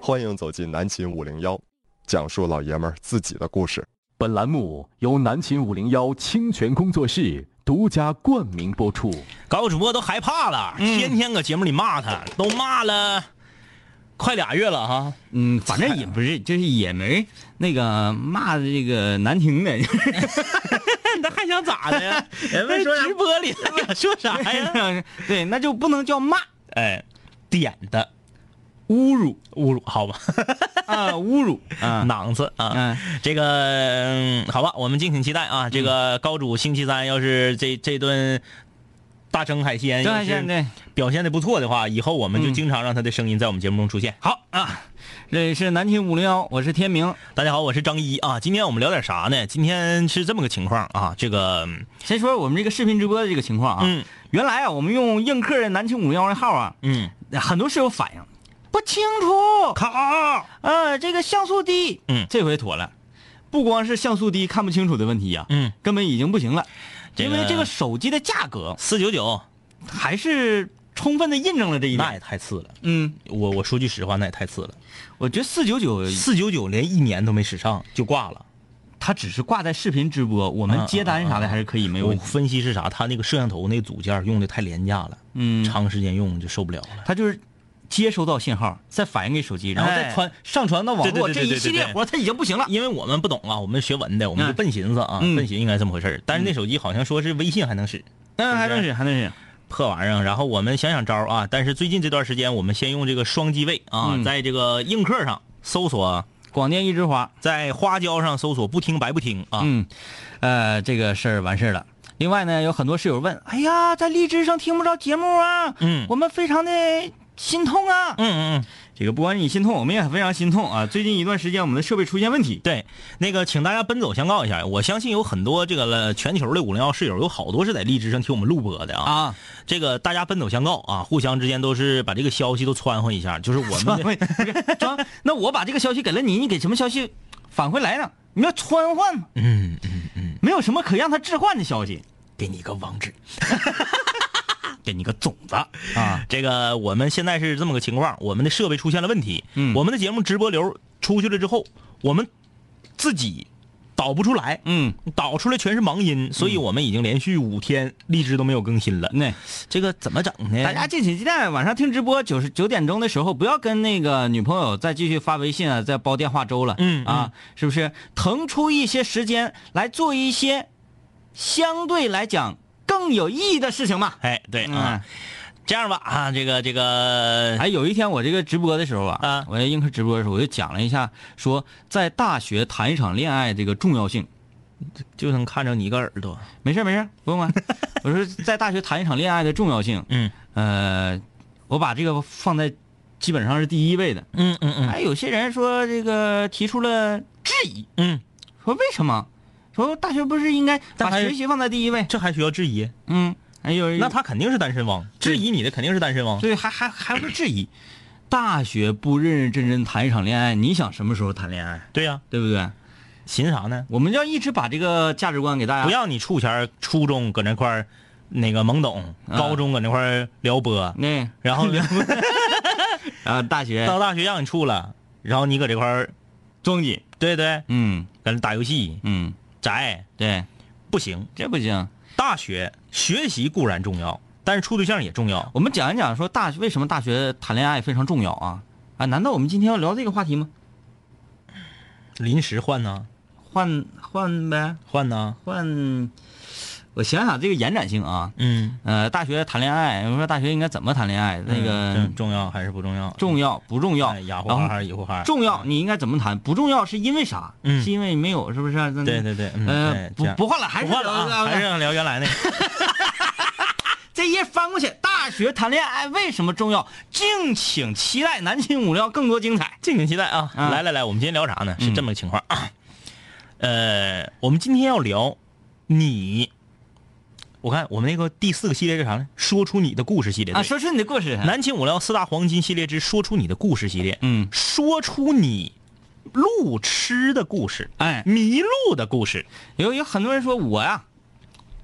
欢迎走进南秦五零幺，讲述老爷们儿自己的故事。本栏目由南秦五零幺清泉工作室独家冠名播出。搞主播都害怕了，嗯天天搁节目里骂他，都骂了快俩月了哈。嗯，反正也 不是，就是也没那个骂的这个难听的， 就是 那还想咋的 呀？人们说啥直播里还想说啥呀？ 对，那就不能叫骂哎，点的侮辱侮辱，好吧，啊，侮辱啊，囊子啊，嗯这个、嗯好吧，我们敬请期待啊。这嗯个高主星期三要是这这顿大蒸海鲜，张海鲜对。表现的不错的话，以后我们就经常让他的声音在我们节目中出现。嗯好啊，这里是南青五零幺，我是天明。大家好，我是张一啊。今天我们聊点啥呢？今天是这么个情况啊，这个嗯先说我们这个视频直播的这个情况啊，嗯原来啊，我们用映客的南青五零幺的号啊，嗯很多室友反映不清楚，卡，呃，这个像素低，嗯这回妥了，不光是像素低看不清楚的问题呀、啊嗯，根本已经不行了，这个因为这个手机的价格四九九，还是充分的印证了这一那也点。太次了。嗯，我我说句实话，那也太次了。我觉得四九九四九九连一年都没使上就挂了。它只是挂在视频直播，我嗯们接单啥的还是可以没有我问题。分析是啥？他那个摄像头那组件用的太廉价了，嗯哎长时间用就受不了了。它就是接收到信号，再反映给手机，然后再哎传、上传到网对络，对对这对对一系列对活它已经不行了。因为我们不懂啊，我们学文的，我们就嗯笨寻思啊，嗯笨寻应该这么回事儿。但是那手机好像说是微信还能使，嗯，还能是还能是，破玩意儿，然后我们想想招儿啊。但是最近这段时间，我们先用这个双机位啊，嗯在这个映客上搜索，广电一枝花。在花椒上搜索“不听白不听”啊。嗯，呃，这个事儿完事儿了。另外呢，有很多室友问，哎呀，在荔枝上听不着节目啊，嗯我们非常的心痛啊。嗯嗯嗯，这个不管你心痛，我们也非常心痛啊。最近一段时间，我们的设备出现问题，对，那个请大家奔走相告一下，我相信有很多这个了全球的五零幺室友，有好多是在荔枝上听我们录播的啊。啊，这个大家奔走相告啊，互相之间都是把这个消息都传唤一下，就是 我们的不是装那我把这个消息给了你，你给什么消息返回来呢？你要穿换，嗯，没有什么可让他置换的消息给你一个网址。 给你个种子 啊。这个我们现在是这么个情况，我们的设备出现了问题，嗯我们的节目直播流出去了之后，我们自己导不出来，嗯，导出来全是盲音，所以我们已经连续五天荔枝都没有更新了。那嗯这个怎么整呢？大家敬请期待晚上听直播，九十九点钟的时候，不要跟那个女朋友再继续发微信啊，再煲电话粥了。嗯啊，是不是腾出一些时间来做一些相对来讲更有意义的事情吧？哎，对嗯啊，这样吧啊，这个这个， 哎，有一天我这个直播的时候啊，啊我在映客直播的时候，我就讲了一下，说在大学谈一场恋爱这个重要性。就能看着你一个耳朵，没事儿没事儿，不 用管。我说在大学谈一场恋爱的重要性，嗯呃，我把这个放在基本上是第一位的。嗯嗯嗯哎，有些人说这个提出了质疑，嗯，说为什么？说大学不是应该但把还是学习放在第一位？这还需要质疑？嗯，还有那他肯定是单身汪，质疑你的肯定是单身汪。对还还还会质疑，大学不认认真真谈一场恋爱，你想什么时候谈恋爱？对呀，对不对？寻啥呢？我们要一直把这个价值观给大家不要你处前儿初中搁那块儿那个懵懂，啊高中搁那块儿撩 拨，那啊、然后大学到大学让你处了，然后你搁这块儿，中级，对对，嗯搁那打游戏嗯，宅对，不行。这不行。大学学习固然重要，但是处对象也重要。我们讲一讲说大为什么大学谈恋爱非常重要啊啊？难道我们今天要聊这个话题吗？临时换呢，换换呗，换呢，换。我想想这个延展性啊，嗯，呃，大学谈恋爱，我们说大学应该怎么谈恋爱？那个嗯重要还是不重要？重要不重要？哎雅虎然哈后还是以后哈？重要你应该怎么谈？不重要是因为啥？嗯是因为没有，是不是？那对对对嗯呃哎，不这样不换了，还不是呃换了啊，还是让聊原来那个。这页翻过去，大学谈恋爱为什么重要？敬请期待南秦五料更多精彩。敬请期待啊！啊嗯来来来，我们今天聊啥呢？是这么个情况 啊。呃，我们今天要聊你，我看我们那个第四个系列是啥呢？说出你的故事系列啊，说出你的故事。南秦五聊四大黄金系列之说出你的故事系列，嗯说出你路痴的故事，哎迷路的故事，有有很多人说我呀，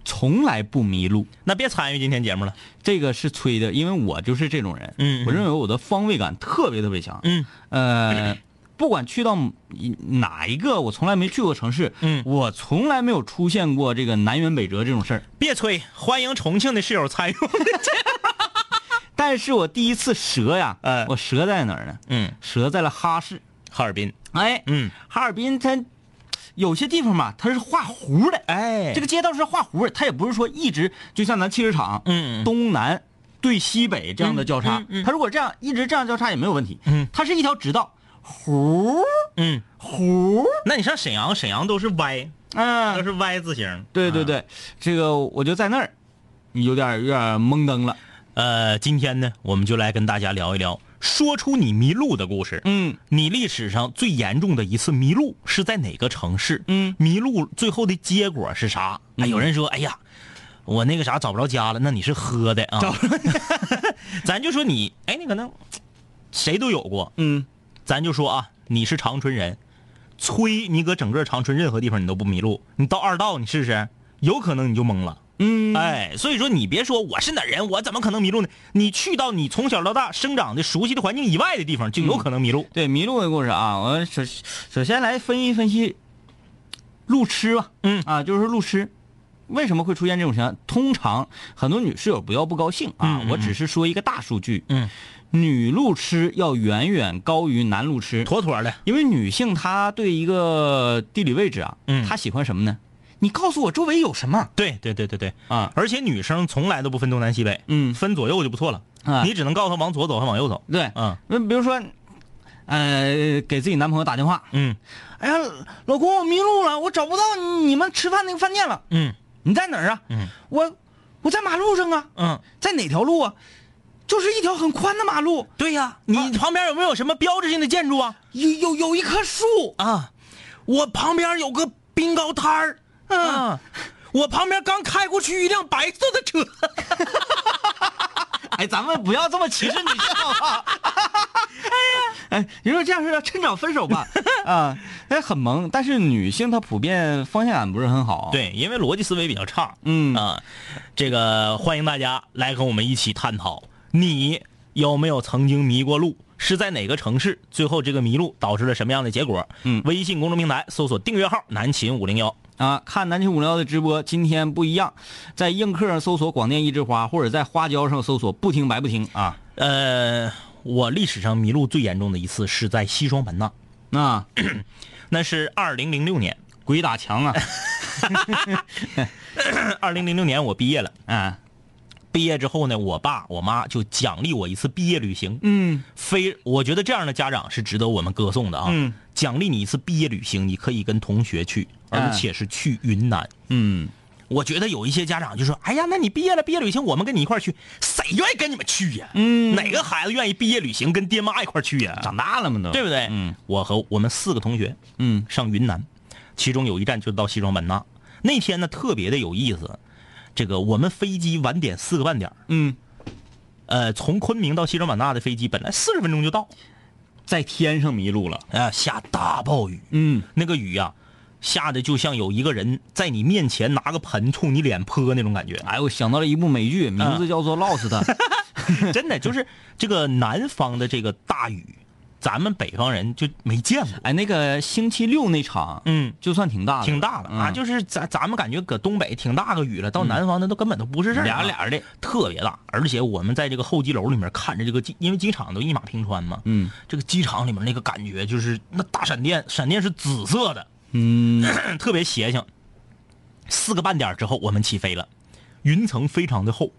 从来不迷路。那别参与今天节目了。这个是吹的，因为我就是这种人，嗯嗯我认为我的方位感特别特别强，嗯，呃，不管去到一哪一个我从来没去过城市，嗯我从来没有出现过这个南辕北辙这种事儿，别催，欢迎重庆的室友 参与。但是我第一次折呀，哎我折在哪儿呢？嗯，折在了哈市，哈尔滨，哎，嗯，哈尔滨它有些地方吧，它是画弧的，哎这个街道是画弧的，它也不是说一直就像咱汽车厂，嗯嗯东南对西北这样的交叉，嗯嗯嗯它如果这样一直这样交叉也没有问题，嗯它是一条直道，弧嗯，弧，那你上沈阳，沈阳都是 Y，嗯、都是 Y 字形。对对嗯。对，这个我就在那儿，有点有点懵登了，呃，今天呢，我们就来跟大家聊一聊，说出你迷路的故事。嗯你历史上最严重的一次迷路是在哪个城市？嗯，迷路最后的结果是啥？哎，有人说，哎呀，我那个啥找不着家了，那你是喝的啊？ 咱就说你，哎，你可能谁都有过，嗯咱就说啊，你是长春人，吹你搁整个长春任何地方你都不迷路，你到二道你试试，有可能你就懵了。嗯，哎，所以说你别说我是哪儿人，我怎么可能迷路呢？你去到你从小到大生长的熟悉的环境以外的地方，就有可能迷路。对迷路的故事啊，我首首先来分析分析路痴吧，嗯啊，就是路痴。为什么会出现这种情况？通常很多女室友不要不高兴啊，嗯嗯我只是说一个大数据，嗯，女路痴要远远高于男路痴，妥妥的。因为女性她对一个地理位置啊，嗯她喜欢什么呢？你告诉我周围有什么对对对对对，啊？而且女生从来都不分东南西北，嗯分左右就不错了。啊你只能告诉她往左走还往右走。对，嗯那比如说，呃，给自己男朋友打电话，嗯哎呀，老公，我迷路了，我找不到你们吃饭那个饭店了。嗯你在哪儿啊？嗯我我在马路上啊，嗯，在哪条路啊？就是一条很宽的马路，对呀，你旁边有没有什么标志性的建筑啊？啊有有有一棵树，啊，我旁边有个冰糕摊儿。嗯啊，我旁边刚开过去一辆白色的车。 哎，咱们不要这么歧视女性好不 好？哎呀，哎，你说这样是趁早分手 吧？啊，哎，很萌，但是女性她普遍方向感不是很好。，对，因为逻辑思维比较差。嗯啊，这个欢迎大家来跟我们一起探讨，你有没有曾经迷过路？是在哪个城市？最后这个迷路导致了什么样的结果？嗯微信公众平台搜索订阅号“南秦五零幺啊，看南秦五零幺的直播，今天不一样，在映客上搜索“广电一枝花”，或者在花椒上搜索“不听白不听”啊。”。呃，我历史上迷路最严重的一次是在西双版纳， 那那是二零零六年。鬼打墙啊，二零零六年我毕业了，哎，毕业之后呢，我爸我妈就奖励我一次毕业旅行。嗯非我觉得这样的家长是值得我们歌颂的啊！嗯奖励你一次毕业旅行，你可以跟同学去，而且是去云南。嗯，我觉得有一些家长就说：“哎呀，那你毕业了，毕业旅行我们跟你一块儿去，谁愿意跟你们去呀？嗯哪个孩子愿意毕业旅行跟爹妈一块儿去呀？长大了嘛都，对不对？嗯，我和我们四个同学，嗯上云南，其中有一站就到西双版纳。那天呢特别的有意思，这个我们飞机晚点四个半点儿嗯，呃，从昆明到西双版纳的飞机本来四十分钟就嗯到，在天上迷路了，啊，下大暴雨，嗯，那个雨呀、下的就像有一个人在你面前拿个盆冲你脸泼那种感觉， 哎，我想到了一部美剧，名嗯字叫做《Lost》， 真的就是这个南方的这个大雨，咱们北方人就没见过，哎，那个星期六那场，嗯，就算挺大的，挺大的啊，嗯就是咱咱们感觉搁东北挺大个雨了，到南方那都根本都不是事儿、俩俩的，特别大，而且我们在这个候机楼里面看着这个机，因为机场都一马平川嘛，嗯这个机场里面那个感觉就是那大闪电，闪电是紫色的，嗯， 特别邪性。四个半点儿之后，我们起飞了，云层非常的厚，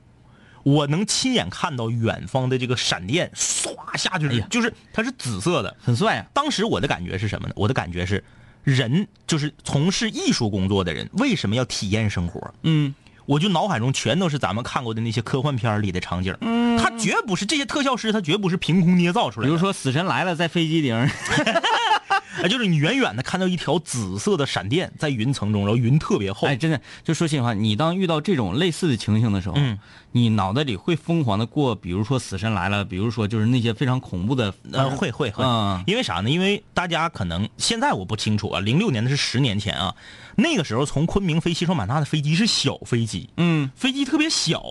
我能亲眼看到远方的这个闪电唰下去，哎呀就是它是紫色的。很帅啊，当时我的感觉是什么呢？我的感觉是，人就是从事艺术工作的人为什么要体验生活？嗯我就脑海中全都是咱们看过的那些科幻片儿里的场景，嗯，他绝哎不是这些特效师，他绝不是凭空捏造出来比的。如说《死神来了》在飞机顶，啊，就是你远远的看到一条紫色的闪电在云层中，然后云特别厚。哎，真的，就说心里话，你当遇到这种类似的情形的时候，嗯你脑袋里会疯狂的过，比如说《死神来了》，比如说就是那些非常恐怖的，呃，会会会嗯，因为啥呢？因为大家可能现在我不清楚啊，零六年的是十年前啊，那个时候从昆明飞西双版纳的飞机是小飞机，嗯，飞机特别小，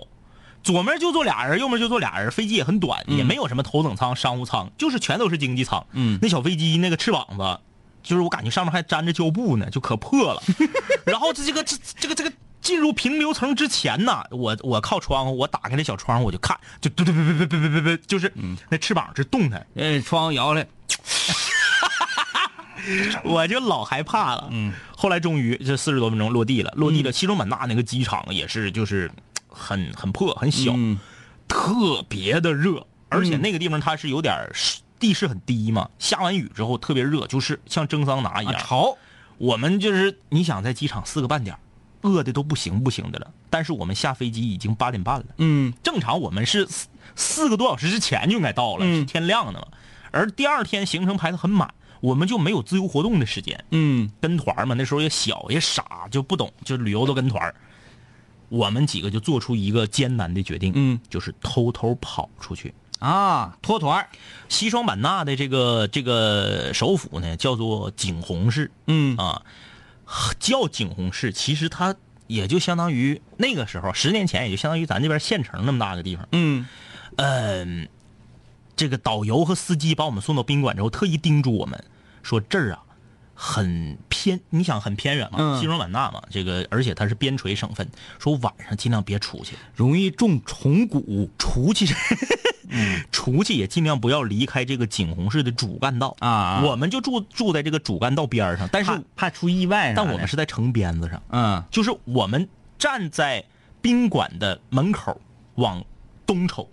左面就坐俩人，右面就坐俩人，飞机也很短，也没有什么头等舱、商务舱，就是全都是经济舱。嗯那小飞机那个翅膀子，就是我感觉上面还粘着胶布呢，就可破 了。然后这这个这这个这个进入平流层之前呢，我我靠窗户，我打开这小窗户我就看，就嘟嘟嘟嘟嘟嘟嘟嘟，就是嗯那翅膀是动弹，呃，窗户摇来，我就老害怕了。嗯，后来终于这四十多分钟落地了，落嗯地了西双版纳那个机场也是就是很很破很小，嗯特别的热，而且那个地方它是有点儿湿地势很低嘛，下完雨之后特别热，就是像蒸桑拿一啊，样。潮，我们就是你想在机场四个半点儿，饿的都不行不行的了，但是我们下飞机已经八点半了。嗯，正常我们是四四个多小时之前就应该到了，嗯是天亮的嘛。而第二天行程排得很满，我们就没有自由活动的时间。嗯，跟团儿嘛，那时候也小也傻，就不懂，就旅游都跟团儿我们几个就做出一个艰难的决定，嗯，就是偷偷跑出去。啊，脱团儿，西双版纳的这个这个首府呢，叫做景洪市嗯啊，叫景洪市，其实它也就相当于那个时候十年前，也就相当于咱这边县城那么大个地方。嗯，嗯，这个导游和司机把我们送到宾馆之后，特意叮嘱我们说这儿啊很偏，你想很偏远嘛，嗯西双版纳嘛，这个而且它是边陲省份，说晚上尽量别出去，容易中虫蛊出 去，嗯出去也尽量不要离开这个景洪市的主干道啊我们就住住在这个主干道边儿上，但怕哎是怕出意外啥的，但我们是在城边子上，嗯就是我们站在宾馆的门口往东瞅，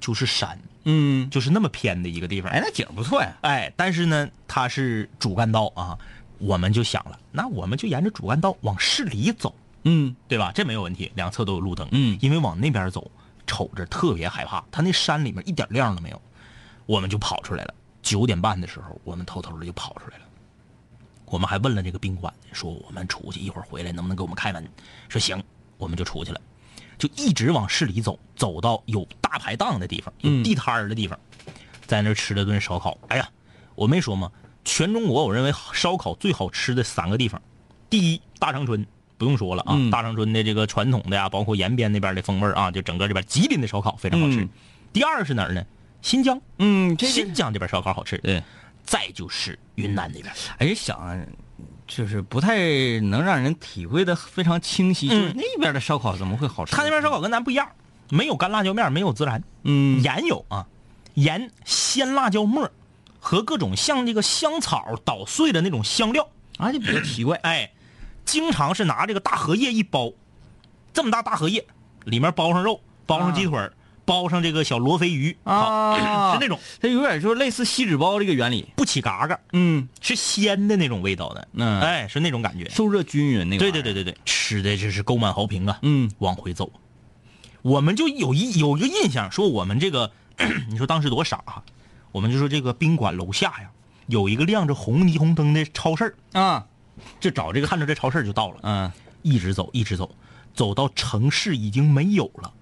就是山，嗯，就是那么偏的一个地方。哎，那景儿不错呀，哎，但是呢，它是主干道啊，我们就想了，那我们就沿着主干道往市里走，嗯对吧？这没有问题，两侧都有路灯。嗯因为往那边走，瞅着特别害怕，它那山里面一点亮都没有，我们就跑出来了。九点半的时候，我们偷偷的就跑出来了。我们还问了这个宾馆，说我们出去一会儿回来能不能给我们开门？说行，我们就出去了，就一直往市里走，走到有大排档的地方，有地摊儿的地方，在那儿吃了顿烧烤。哎呀，我没说吗？全中国我认为烧烤最好吃的三个地方，第一大长春不用说了啊，嗯大长春的这个传统的呀、包括延边那边的风味儿啊，就整个这边吉林的烧烤非常好吃。嗯第二是哪儿呢？新疆，嗯，这新个疆这边烧烤好吃。对，再就是云南那边，哎想啊。就是不太能让人体会的非常清晰，就是那边的烧烤怎么会好吃？嗯他那边烧烤跟咱不一样，没有干辣椒面，没有孜然，嗯盐有啊，盐、鲜辣椒末儿和各种像这个香草捣碎的那种香料，啊，就比较奇怪。哎，经常是拿这个大荷叶一包，这么大大荷叶，里面包上肉，包上鸡腿儿，包上这个小罗非鱼啊是那种它有点说类似锡纸包这个原理。不起嘎嘎，嗯，是鲜的那种味道的，嗯哎，是那种感觉。受热均匀那个。对对对。对对，吃的就是沟满壕平啊。嗯，往回走，我们就有一有一个印象，说我们这个， 你说当时多傻啊！我们就说这个宾馆楼下呀，有一个亮着红霓虹灯的超市儿啊，就找这个看着这超市儿就到了。嗯，一直走，一直走，走到城市已经没有了，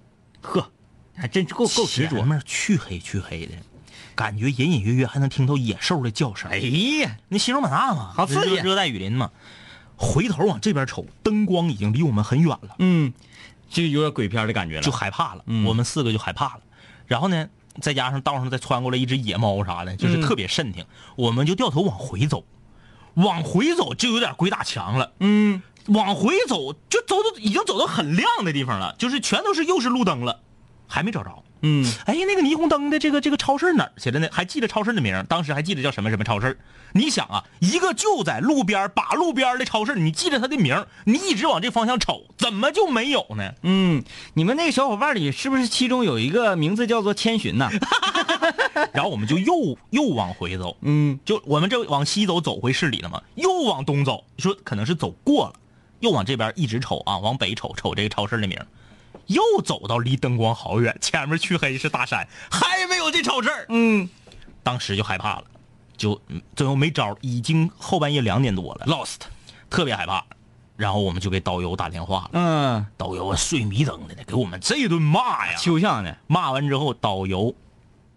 呵，还真够够执前着。面黢黑黢黑的，感觉隐隐约约还能听到野兽的叫声。哎，呀，那西双版纳嘛，好刺激啊热热带雨林嘛。回头往这边瞅，灯光已经离我们很远了，嗯，就有点鬼片的感觉了。嗯就害怕了。我们四个就害怕了。然后呢，再加上道上再穿过来一只野猫啥嗯的，就是特别慎挺。我们就掉头往回走，往回走就有点鬼打墙了。嗯，往回走就走到已经走到很亮的地方了，就是全都是又是路灯了，还没找着。嗯，哎，那个霓虹灯的这个这个超市哪儿去了呢？还记得超市的名儿，当时还记得叫什么什么超市。你想啊，一个就在路边儿把路边儿的超市，你记着它的名儿，你一直往这方向瞅，怎么就没有呢？嗯，你们那个小伙伴里是不是其中有一个名字叫做千寻呐？然后我们就又又往回走，嗯，就我们这往西走走回市里了嘛，又往东走，说可能是走过了，又往这边一直瞅啊，往北瞅瞅这个超市的名儿，又走到离灯光好远，前面黢黑是大山，还没有这超市。嗯，当时就害怕了，就嗯最后没招儿已经后半夜两点多了，lost，特别害怕。然后我们就给导游打电话了，嗯，导游啊睡迷瞪的呢，给我们这顿骂呀！秋象的，骂完之后，导游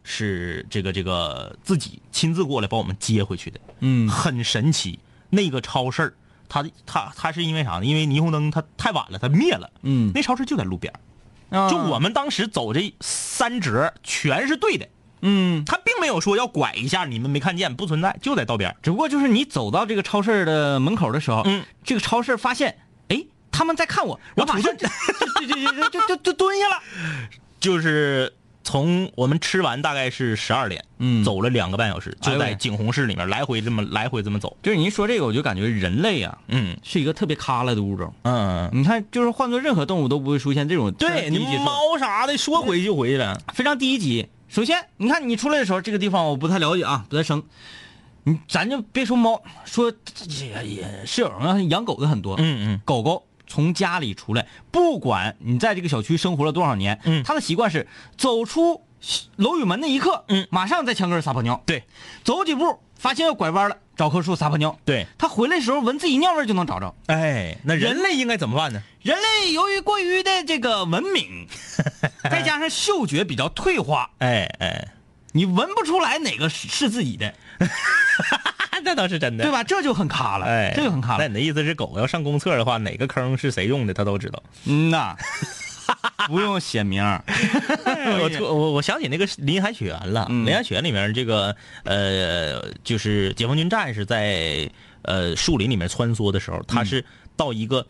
是这个这个自己亲自过来把我们接回去的，嗯很神奇。那个超市儿它它它是因为啥呢？因为霓虹灯它太晚了，它灭了。嗯那超市就在路边儿，啊就我们当时走这三折全是对的，嗯，他并没有说要拐一下，你们没看见，不存在，就在道边儿。只不过就是你走到这个超市的门口的时候，嗯，这个超市发现，哎，他们在看我，我我马上主就就就就就就就蹲下了， 就是从我们吃完大概是十二点，嗯走了两个半小时，哎就呦在景洪市里面来回这么来回这么走，就是你一说这个，我就感觉人类啊，嗯是一个特别卡拉的物种。嗯，你看，就是换做任何动物都不会出现这种对低你级兽猫啥的，说回就回了，非常低级。首先，你看你出来的时候，这个地方我不太了解啊，不太生。你咱就别说猫，说这个也室友啊，养狗的很多，嗯嗯，狗狗从家里出来，不管你在这个小区生活了多少年，嗯它的习惯是走出楼宇门那一刻，嗯马上在墙根儿撒泡尿，对走几步发现要拐弯了，找棵树撒泡尿，对，它回来的时候闻自己尿味儿就能找着。哎，那人人类应该怎么办呢？人类由于过于的这个文 明，再加上嗅觉比较退化，哎哎， 你闻不出来哪个是是自己的，那倒是真的，对？吧？这就很卡了，哎，这就很卡那了。你的意思是，狗要上公厕的话，哪个坑是谁用的，它都知 道。嗯呐，不用写名儿，我突我我想起那个是林海雪原了，嗯林海雪原里面这个呃，就是解放军战士在呃树林里面穿梭的时候，他是到一个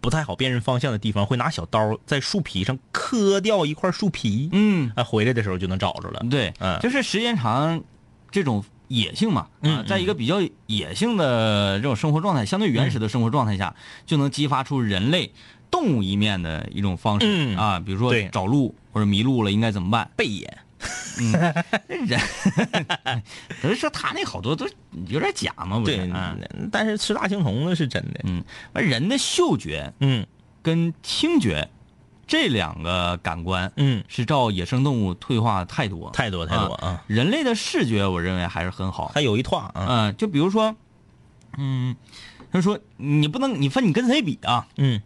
不太好辨认方向的地方，会拿小刀在树皮上磕掉一块树皮，嗯，啊，回来的时候就能找着了。对，嗯就是时间长，这种野性嘛，嗯啊嗯，在一个比较野性的这种生活状态，相对原始的生活状态下，嗯就能激发出人类动物一面的一种方式、嗯啊，比如说对找路或者迷路了应该怎么办？嗯背眼， 可是说他那好多都有点假嘛，不是？对啊，，但是吃大青虫的是真的。嗯，而人的嗅觉嗯跟听觉这两个感官，嗯，是照野生动物退化太多太多太多啊，人类的视觉，我认为还是很好。还有一串啊，嗯、就比如说，嗯，他说你不能，你分你跟谁比啊？嗯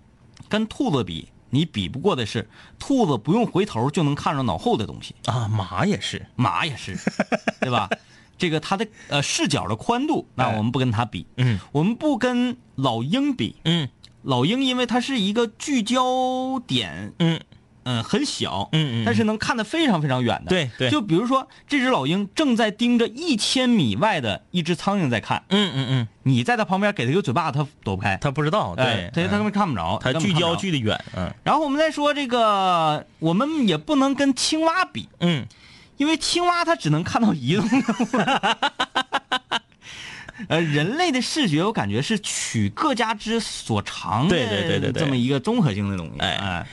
跟兔子比，你比不过的是兔子不用回头就能看着脑后的东西，啊，马也是，马 也是，对吧？这个它的呃视角的宽度，那哎我们不跟它比，嗯我们不跟老鹰比。嗯老鹰因为它是一个聚焦点，嗯嗯、很小，嗯嗯但是能看得非常非常远的。对对就比如说这只老鹰正在盯着一千米外的一只苍蝇在看，嗯嗯嗯，你在它旁边给它一个嘴巴，它躲不开。他不知道，哎对，它它根嗯本看不着，他根本聚看不焦着聚的远，嗯然后我们再说这个，我们也不能跟青蛙比，嗯。因为青蛙它只能看到移动 的物儿。呃，人类的视觉，我感觉是取各家之所长的，对对对对对这么一个综合性的东西。哎哎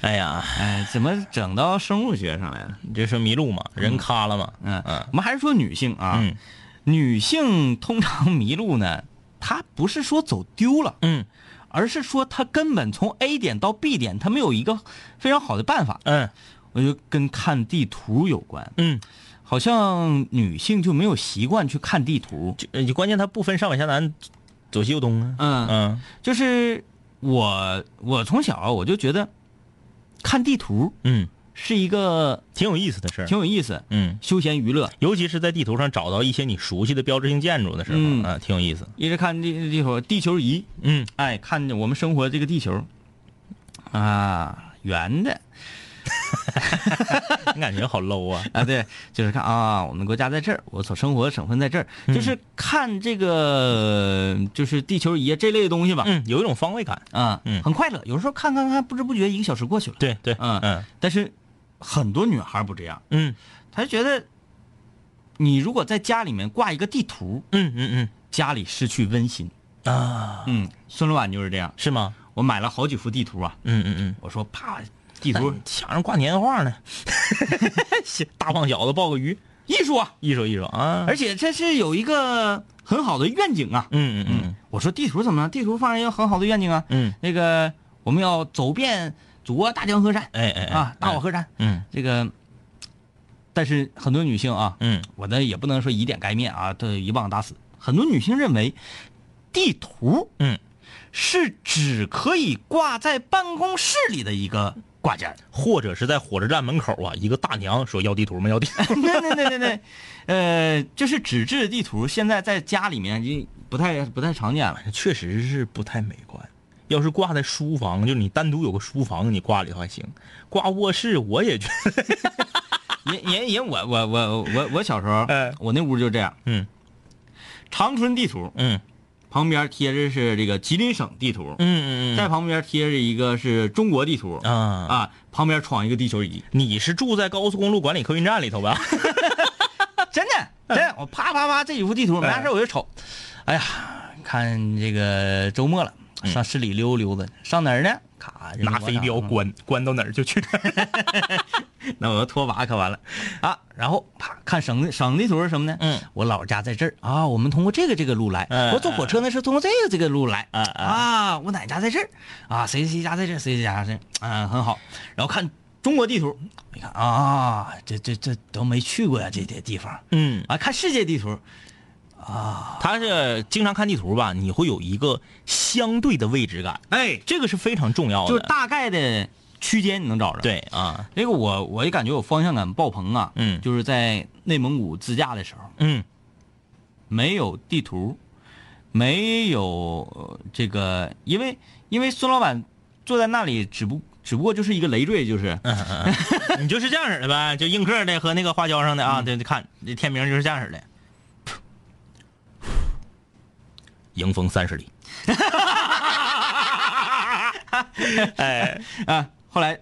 哎呀，哎，怎么整到生物学上来了？你这是迷路嘛，人咖了嘛，嗯嗯我们还是说女性啊，嗯女性通常迷路呢，她不是说走丢了，嗯而是说她根本从 A 点到 B 点，她没有一个非常好的办法。嗯我就跟看地图有关，嗯，好像女性就没有习惯去看地图。就呃关键他不分上北下南，左西右东啊，嗯嗯就是我，我从小啊我就觉得看地图嗯，是一个挺有意思的事儿，挺有意思、嗯，休闲娱乐。尤其是在地图上找到一些你熟悉的标志性建筑的时候，嗯啊，挺有意思，一直看地地球地球仪，嗯哎，看我们生活这个地球啊，圆的你感觉好 low 啊，啊，对，就是看啊，我们国家在这儿，我所生活的省份在这儿，嗯就是看这个就是地球仪啊这类的东西吧。嗯，有一种方位感，啊，嗯很快乐。有时候看看看，不知不觉一个小时过去了。对对，嗯嗯但是很多女孩不这样，嗯她觉得你如果在家里面挂一个地图，嗯嗯家里失去温馨。嗯啊，嗯，孙老板就是这样。是吗？我买了好几幅地图啊，嗯嗯嗯，我说啪，地地图图墙上挂年画 呢，大胖小子抱个鱼，艺术啊，艺术艺术啊，而且这是有一个很好的愿景啊。嗯嗯嗯我说地图怎么了？地图放上一个很好的愿景啊。嗯，那个我们要走遍祖国大江河山哎哎哎啊，大好河山。嗯这个但是很多女性啊，嗯，我呢也不能说以点盖面啊，这一棒打死。很多女性认为，地图嗯，是只可以挂在办公室里的一个挂件儿。 或者是在火车站门口啊，一个大娘说要地图吗？要地图对对对对对，呃，就是纸质地图，现在在家里面已经不太不太常见了。 确实是不太美观。要是挂在书房，就你单独有个书房，你挂里头还行。挂卧室，我也觉得，也也也，我我我我我小时候哎，我那屋就这样，嗯长春地图嗯旁边贴着是这个吉林省地图，嗯在旁边贴着一个是中国地图啊啊，旁边闯一个地球仪，你是住在高速公路管理客运站里头吧？真的真的，我啪啪啪这一幅地图，没啥事我就瞅，哎呀，看这个周末了，上市里溜溜达，上哪儿呢？卡拿飞镖，人民广关场关到哪儿就去哪儿。那我要拖把可完了啊！然后啪，看省的省地图是什么呢？嗯，我老家在这儿啊，我们通过这个这个路来。嗯我坐火车呢是通过这个这个路来。嗯嗯啊，我奶奶家在这儿啊，谁谁家在这儿，谁谁家在这儿，嗯，很好。然后看中国地图，你看啊，这这这都没去过呀、这些地方。嗯，啊，看世界地图，他是经常看地图吧，你会有一个相对的位置感，哎，这个是非常重要的。就是大概的区间你能找着。对啊，这个我我也感觉我方向感爆棚啊，嗯就是在内蒙古自驾的时候，嗯没有地图，没有呃这个，因为因为孙老板坐在那里，只不只不过就是一个累赘，就是嗯嗯，嗯你就是这样式的呗，就映客的和那个花椒上的啊，对，看这天明就是这样式的。迎风三十里，啊。后来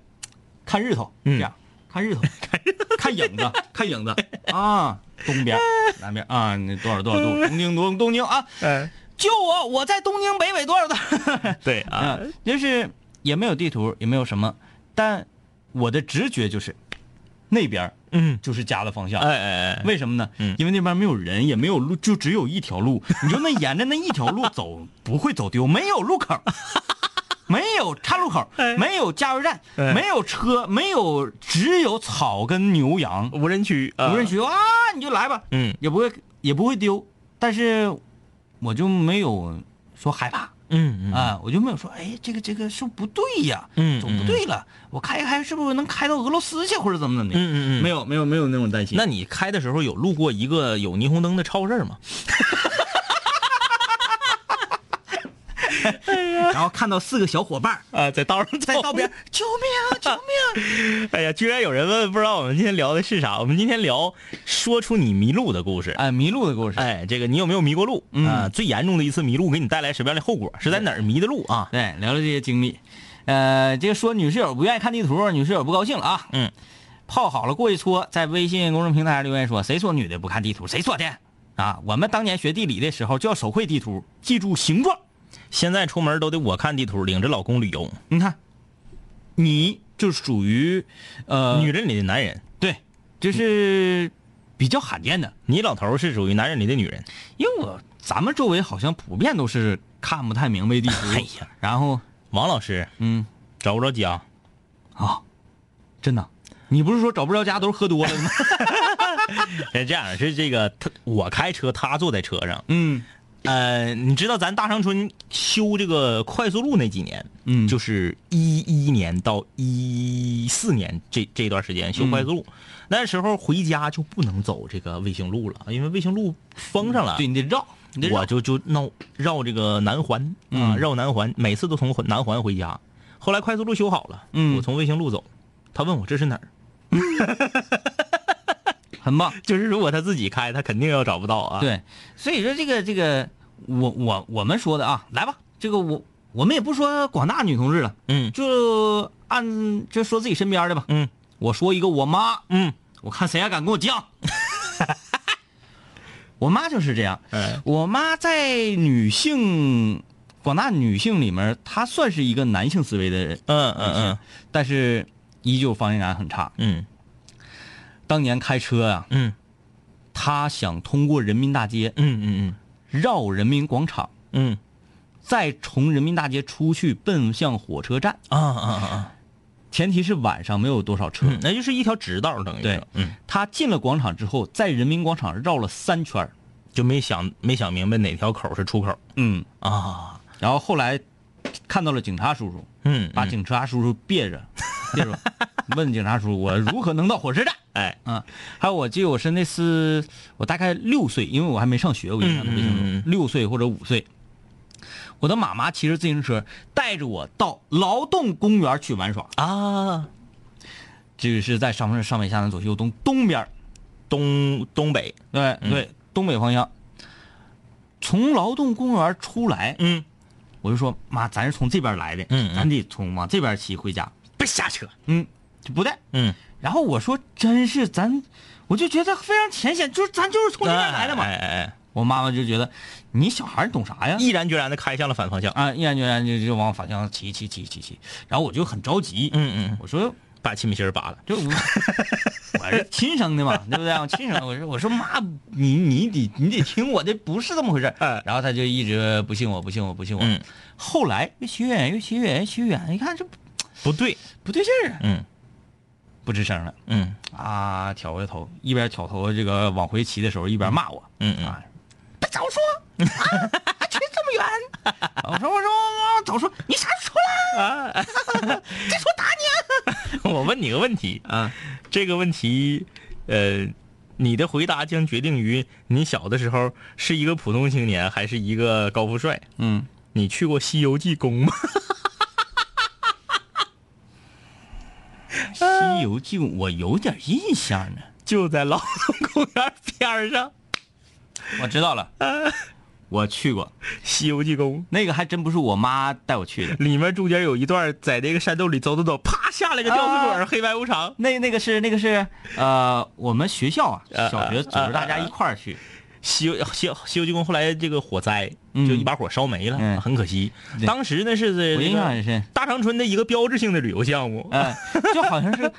看日头，嗯这样看日头， 看影子， 看影子啊，东边南边啊，那多少多少 度，东京东东京啊，嗯，救我！我在东京北纬多少度？对啊，嗯，就是也没有地图，也没有什么，但我的直觉就是那边儿嗯，就是家的方向。哎哎哎，为什么呢？嗯因为那边没有人，也没有路，就只有一条路。你就那沿着那一条 路走，不会走丢，没有路口，没有岔路口，没有加油站，哎没有车，没有，只有草跟牛羊。无人区，啊无人，区啊，你就来吧，嗯也不会也不会丢。但是我就没有说害怕。嗯嗯，啊，我就没有说，哎，这个这个是不是不对呀，嗯走不对了，我开一开是不是能开到俄罗斯去，或者怎么怎么嗯的？嗯嗯没有没有没有那种担心。那你开的时候有路过一个有霓虹灯的超市吗？然后看到四个小伙伴儿 啊，在道上，在道边，救 命啊，救命啊！ 哎呀，居然有人问，不知道我们今天聊的是啥？我们今天聊说出你迷路的故事。哎，迷路的故事，哎，这个你有没有迷过路啊、最严重的一次迷路给你带来什么样的后果？是在哪儿迷的路啊？对，聊聊这些经历。呃，这个说女室友不愿意看地图，女室友不高兴了啊。嗯，泡好了过去搓，在微信公众平台留言说，谁说女的不看地图？谁说的？啊，我们当年学地理的时候就要手绘地图，记住形状。现在出门都得我看地图，领着老公旅游。你看，你就属于呃女人里的男人，对，就是比较罕见的，你老头儿是属于男人里的女人。因为我咱们周围好像普遍都是看不太明白地图。哎呀，然后王老师嗯找不着家， 啊，真的，你不是说找不着家都是喝多了 吗？是哎这样，是这个他我开车，他坐在车上。嗯呃，你知道咱大长春修这个快速路那几年，嗯就是一一年到一四年这这段时间修快速嗯路，那时候回家就不能走这个卫星路了，因为卫星路封上了。嗯对你得绕，你得绕我就就闹绕这个南环啊，嗯绕南环，每次都从南环回家。后来快速路修好了，嗯我从卫星路走，他问我这是哪儿，很棒。就是如果他自己开，他肯定要找不到啊。，对，所以说这个这个，我我我们说的啊，来吧，这个我我们也不说广大女同志了，嗯就按就说自己身边的吧。嗯我说一个我妈，嗯，我看谁还敢跟我犟。 我妈就是这样，哎我妈在女性广大女性里面，她算是一个男性思维的人，呃嗯嗯嗯，但是依旧方向感很差。嗯当年开车啊，嗯她想通过人民大街嗯嗯绕人民广场，嗯嗯再从人民大街出去奔向火车站，啊啊啊啊！前提是晚上没有多少车。嗯，那就是一条直道，等于对是，嗯，他进了广场之后，在人民广场绕了三圈儿就没想没想明白哪条口是出口嗯，啊，然后后来看到了警察叔叔，嗯，把嗯警察叔叔憋着， 憋住，问警察叔叔我如何能到火车站？哎，啊，还有我记得我是那次我大概六岁，因为我还没上学，我印象特嗯嗯别清嗯楚，六岁或者五岁，我的妈妈骑着自行车带着我到劳动公园去玩耍，啊，这个是在上面上北下南左西右东东边儿，东东北，对嗯对，东北方向。从劳动公园出来，嗯，我就说妈，咱是从这边来的，嗯嗯咱得从往这边骑回家，别瞎扯，嗯，就不带，嗯，然后我说真是咱，我就觉得非常浅显，就是咱就是从这边来的嘛。哎哎哎，我妈妈就觉得你小孩儿懂啥呀？毅然决然的开向了反方向，啊，毅然决然就就往反向骑骑骑骑骑，然后我就很着急，嗯嗯，我说把气密芯儿拔了，就我我是亲生的嘛，对不对？我亲生的，我说我说妈，你你得你得听我的，不是这么回事儿。哎然后他就一直不信我，不信我，不信我。嗯后来越骑越远，越骑越远，越骑越远，一看这不不对，不对劲儿啊，嗯不吱声了嗯啊，挑回头，一边挑头这个往回骑的时候，一边骂我。嗯嗯啊，别早说，啊，还去这么远。 我说我说我早说，你啥时候出来？我问你个问题啊，这个问题，呃，你的回答将决定于你小的时候是一个普通青年还是一个高富帅。嗯，你去过西游记宫吗？ 《西游记》我有点印象呢。就在劳动公园边儿上，我知道了，我去过，西游记宫那个还真不是我妈带我去 的，里面中间有一段在这个山洞里走走走，啪下来个吊死鬼啊儿，黑白无常。那那个是那个是呃，我们学校啊，呃小学组织大家一块儿去，西游西游西游记宫后来这个火灾，嗯就一把火烧没了，嗯很可惜。对当时呢是在我这印象个很深，大长春的一个标志性的旅游项目。呃，就好像是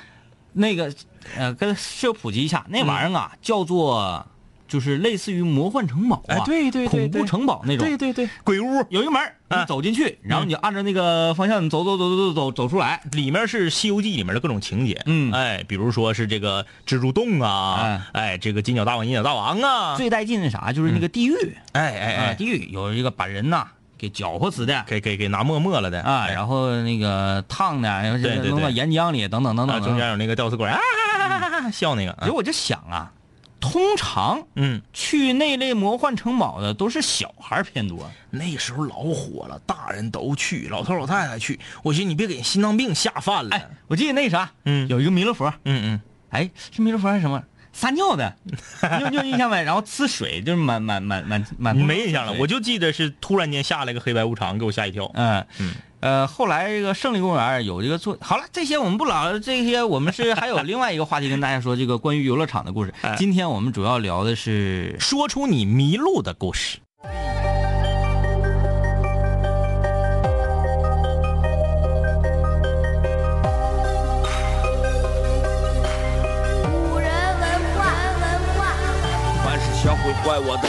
那个呃，跟社普及一下，那玩意儿啊嗯叫做就是类似于魔幻城堡啊，哎对对对恐怖对城堡那种，对对，鬼屋有一个门儿，你啊走进去，然后你就按照那个方向走走走走走走走出来。里面是《西游记》里面的各种情节，嗯哎，比如说是这个蜘蛛洞啊，哎，这个金角大王、银角大王啊，最带劲的啥，就是那个地狱，哎哎啊，哎，地狱有一个把人呐给搅和死的给给给拿沫沫了的啊，哎然后那个烫的，啊然后对对对弄到岩浆里，等等等啊等。中间有那个吊死鬼啊，笑那个，等等，啊所以我就想啊，通常嗯，去那类魔幻城堡的都是小孩儿偏多，那时候老火了，大人都去，老头老太太去，我寻思你别给心脏病吓犯了，哎，我记得那啥，嗯有一个弥勒佛，嗯哎，是弥勒佛还是什么？撒 尿的，你有你有印象没？然后呲水，就是满满满满满，嗯，没印象了，我就记得是突然间下来个黑白无常，给我吓一跳，嗯，呃，后来这个胜利公园有这个做好了，这些我们不聊，这些我们是还有另外一个话题跟大家说，这个关于游乐场的故事。 今天我们主要聊的是哎说出你迷路的故事。古人文化，文化。凡是想毁坏我的，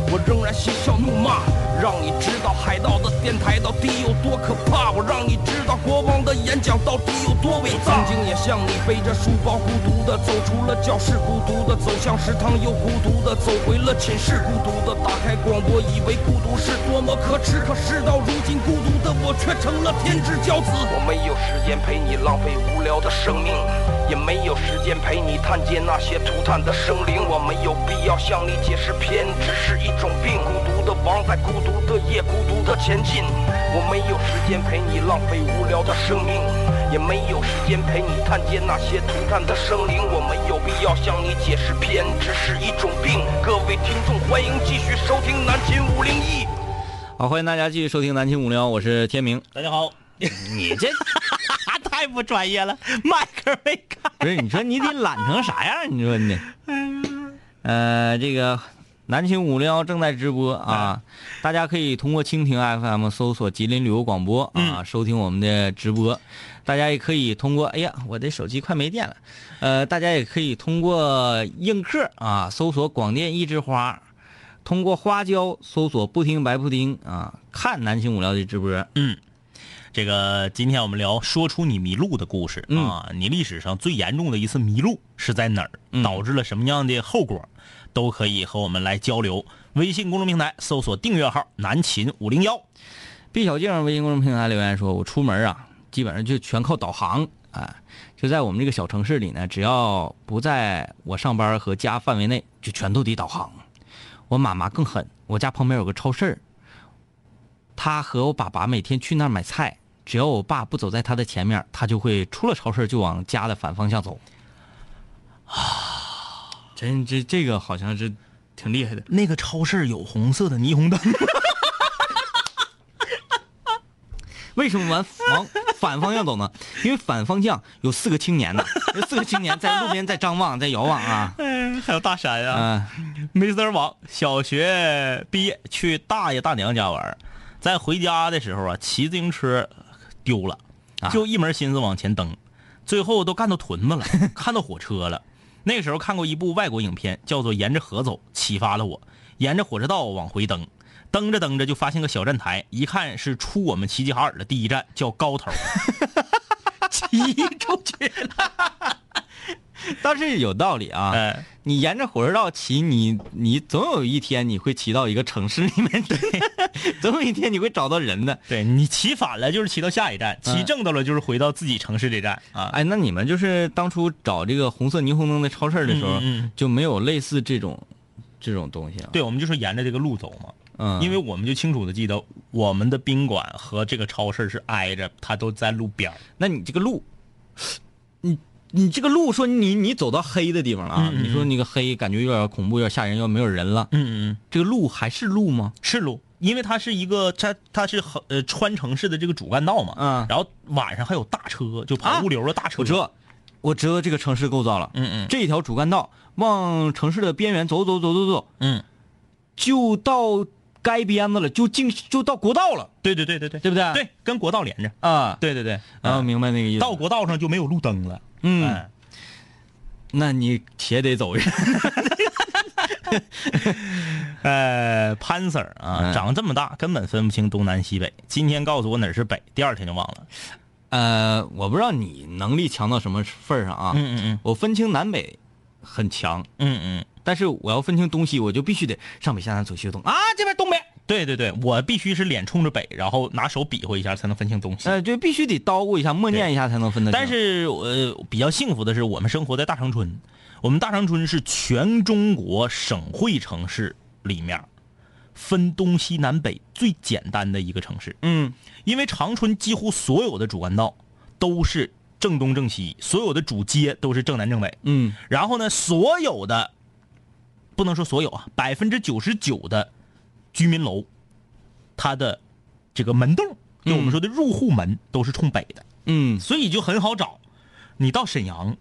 我仍然嬉笑怒骂，让你知道海盗的电台到底有多可怕，我让你知道国王的演讲到底有多伟大。曾经也像你背着书包孤独的走出了教室，孤独的走向食堂，又孤独的走回了寝室，孤独的打开广播，以为孤独是多么可耻，可事到如今，孤独的我却成了天之骄子。我没有时间陪你浪费无聊的生命。也没有时间陪你探街那些涂炭的生灵，我没有必要向你解释偏执是一种病。孤独的王在孤独的夜，孤独的前进。我没有时间陪你浪费无聊的生命，也没有时间陪你探街那些涂炭的生灵，我没有必要向你解释偏执是一种病。各位听众，欢迎继续收听南秦五零一。好，欢迎大家继续收听南青五零幺，我是天明。大家好，你这太 太不专业了，麦克没开。不是，你说你得懒成啥样？你说 你，哎呃，这个南秦五零幺正在直播啊，哎大家可以通过蜻蜓 FM 搜索吉林旅游广播啊，嗯收听我们的直播。大家也可以通过，哎呀，我的手机快没电了，呃，大家也可以通过映客啊，搜索广电一枝花。通过花椒搜索“不听白不听”啊，看南秦五聊的直播。这个今天我们聊说出你迷路的故事、嗯啊，你历史上最严重的一次迷路是在哪儿，嗯导致了什么样的后果，都可以和我们来交流。微信公众平台搜索订阅号“南秦五零幺毕小静微信公众平台留言说：“我出门啊，基本上就全靠导航啊，就在我们这个小城市里呢，只要不在我上班和家范围内，就全都得导航。我妈妈更狠，我家旁边有个超市儿她和我爸爸每天去那儿买菜，只要我爸不走在她的前面，她就会出了超市就往家的反方向走。” 啊，真这这个好像是挺厉害的”。。那个超市有红色的霓虹灯，为什么往往反方向走呢？因为反方向有四个青年呢，有四个青年在路边在张望，在遥望 啊。还有大山啊嗯、 Mr. 王小学毕业去大爷大娘家玩儿，在回家的时候啊，骑自行车丢了，啊就一门心思往前蹬，最后都干到屯子了，看到火车了。那个时候看过一部外国影片，叫做《沿着河走》，启发了我，沿着火车道往回蹬。蹬着蹬着就发现个小站台，一看是出我们齐齐哈尔的第一站，叫高头。骑出去，倒是有道理啊。哎，你沿着火车道骑，你你总有一天你会骑到一个城市里 面去，总有一天你会找到人的。对你骑反了就是骑到下一站，嗯骑正到了就是回到自己城市这站啊。哎，那你们就是当初找这个红色霓虹灯的超市的时候，嗯嗯嗯就没有类似这种这种东西啊？，对，我们就说沿着这个路走嘛，嗯，因为我们就清楚的记得我们的宾馆和这个超市是挨着，它都在路边儿那你这个路，你你这个路说你你走到黑的地方了啊，嗯嗯嗯你说那个黑感觉有点恐怖，有点吓人，要没有人了，嗯嗯，这个路还是路吗？是路，因为它是一个它它是横呃穿城市的这个主干道嘛，嗯然后晚上还有大车，就跑物流的大啊车，我知道，我知道这个城市构造了，嗯嗯这条主干道往城市的边缘走走走走走，嗯，就到该边子了，就进就到国道了，对对对对对，对不对？对，跟国道连着，啊，对对对，啊，嗯明白那个意思。到国道上就没有路灯了，嗯，哎那你且得走一下。 呃，潘 Sir 啊，嗯长这么大根本分不清东南西北，今天告诉我哪儿是北，第二天就忘了，呃，我不知道你能力强到什么份儿上啊，嗯嗯我分清南北很强，嗯嗯嗯。但是我要分清东西，我就必须得上北下南左西右东啊，这边东北，对对对，我必须是脸冲着北，然后拿手比划一下才能分清东西。呃，就必须得叨咕一下，默念一下才能分得清。但是呃，比较幸福的是，我们生活在大长春，我们大长春是全中国省会城市里面分东西南北最简单的一个城市。嗯，因为长春几乎所有的主干道都是正东正西，所有的主街都是正南正北。嗯，然后呢，所有的不能说所有啊，百分之九十九的居民楼，它的这个门洞，就我们说的入户门，都是冲北的，嗯所以就很好找。你到沈阳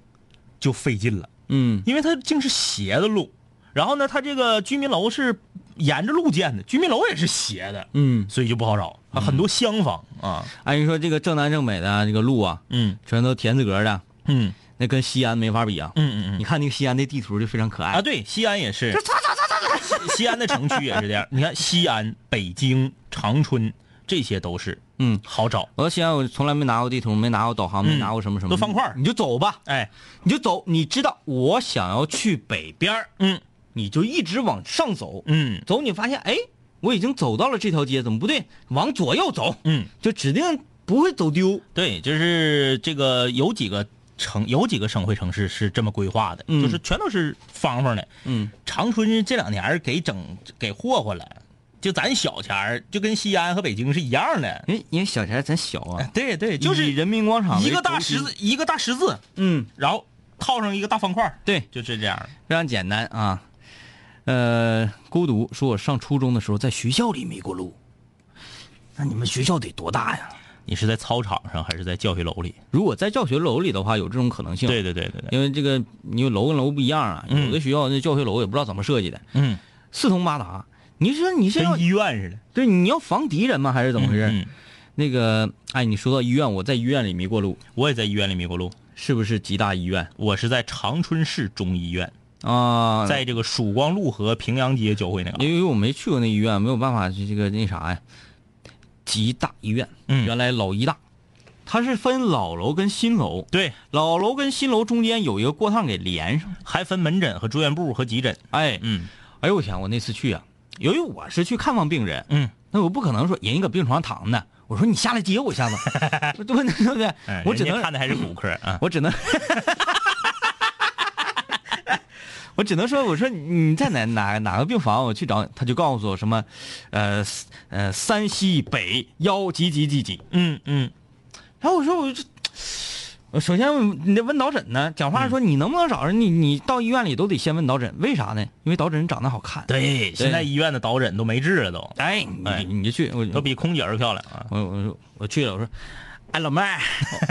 就费劲了，嗯因为它竟是斜的路，然后呢，它这个居民楼是沿着路建的，居民楼也是斜的，嗯，所以就不好找，啊很多厢房啊，按理说这个正南正北的啊这个路啊，嗯全都田字格的，嗯那跟西安没法比啊。嗯嗯嗯你看那个西安的地图就非常可爱啊，对，西安也是， 西西安的城区也是这样。你看西安、北京、长春，这些都是嗯好找。我到西安我从来没拿过地图，没拿过导航，没拿过什么什么，嗯都方块儿你就走吧，哎，你就走，你知道我想要去北边儿，嗯你就一直往上走，嗯走你发现哎，我已经走到了这条街，怎么不对？往左右走，嗯，就指定不会走丢。对，就是这个有几个城，有几个省会城市是这么规划的，嗯就是全都是方方的。嗯，长春这两年儿给整给霍霍了，就咱小钱儿就跟西安和北京是一样的。因为因为小钱咱小啊，对对，就以是人民广场一个为大轴心十字，，一个大十字，嗯，然后套上一个大方块儿，对，就是这样儿。非常简单啊。呃，孤独说，我上初中的时候在学校里迷过路，那你们学校得多大呀？你是在操场上还是在教学楼里？如果在教学楼里的话，有这种可能性。对对对对对，因为这个你有楼跟楼不一样啊，嗯有的学校那教学楼也不知道怎么设计的，嗯，四通八达。你说你是要跟医院似的，对你要防敌人吗？还是怎么回事？嗯嗯那个，哎，你说到医院，我在医院里迷过路，我也在医院里迷过路，是不是吉大医院我是在长春市中医院，啊？在这个曙光路和平阳街交汇那个。因为我没去过那医院，没有办法去这个那啥呀。吉大医院，嗯原来老医大，它是分老楼跟新楼，对，老楼跟新楼中间有一个过趟给连上。还分门诊和住院部和急诊。哎，嗯哎呦我天，我那次去啊，由于我是去看望病人，嗯，那我不可能说人家搁病床躺着呢，我说你下来接我 一下子，对不对？对不对？哎我只人家能看的还是骨科啊。 我只能，我只能说，我说你在哪哪哪个病房，我去找你，他就告诉我什么，呃，s- 呃，山西北幺几几几几。嗯嗯，然后我说我这，我首先你得问导诊呢，讲话说你能不能找着你，你到医院里都得先问导诊，为啥呢？因为导诊长得好看。，对，现在医院的导诊都没治了都，哎，哎你你就去，我都比空姐儿漂亮啊。我我说我去了，我说，哎老妹儿，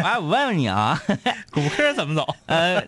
哎我问问你啊。 骨科怎么走？呃，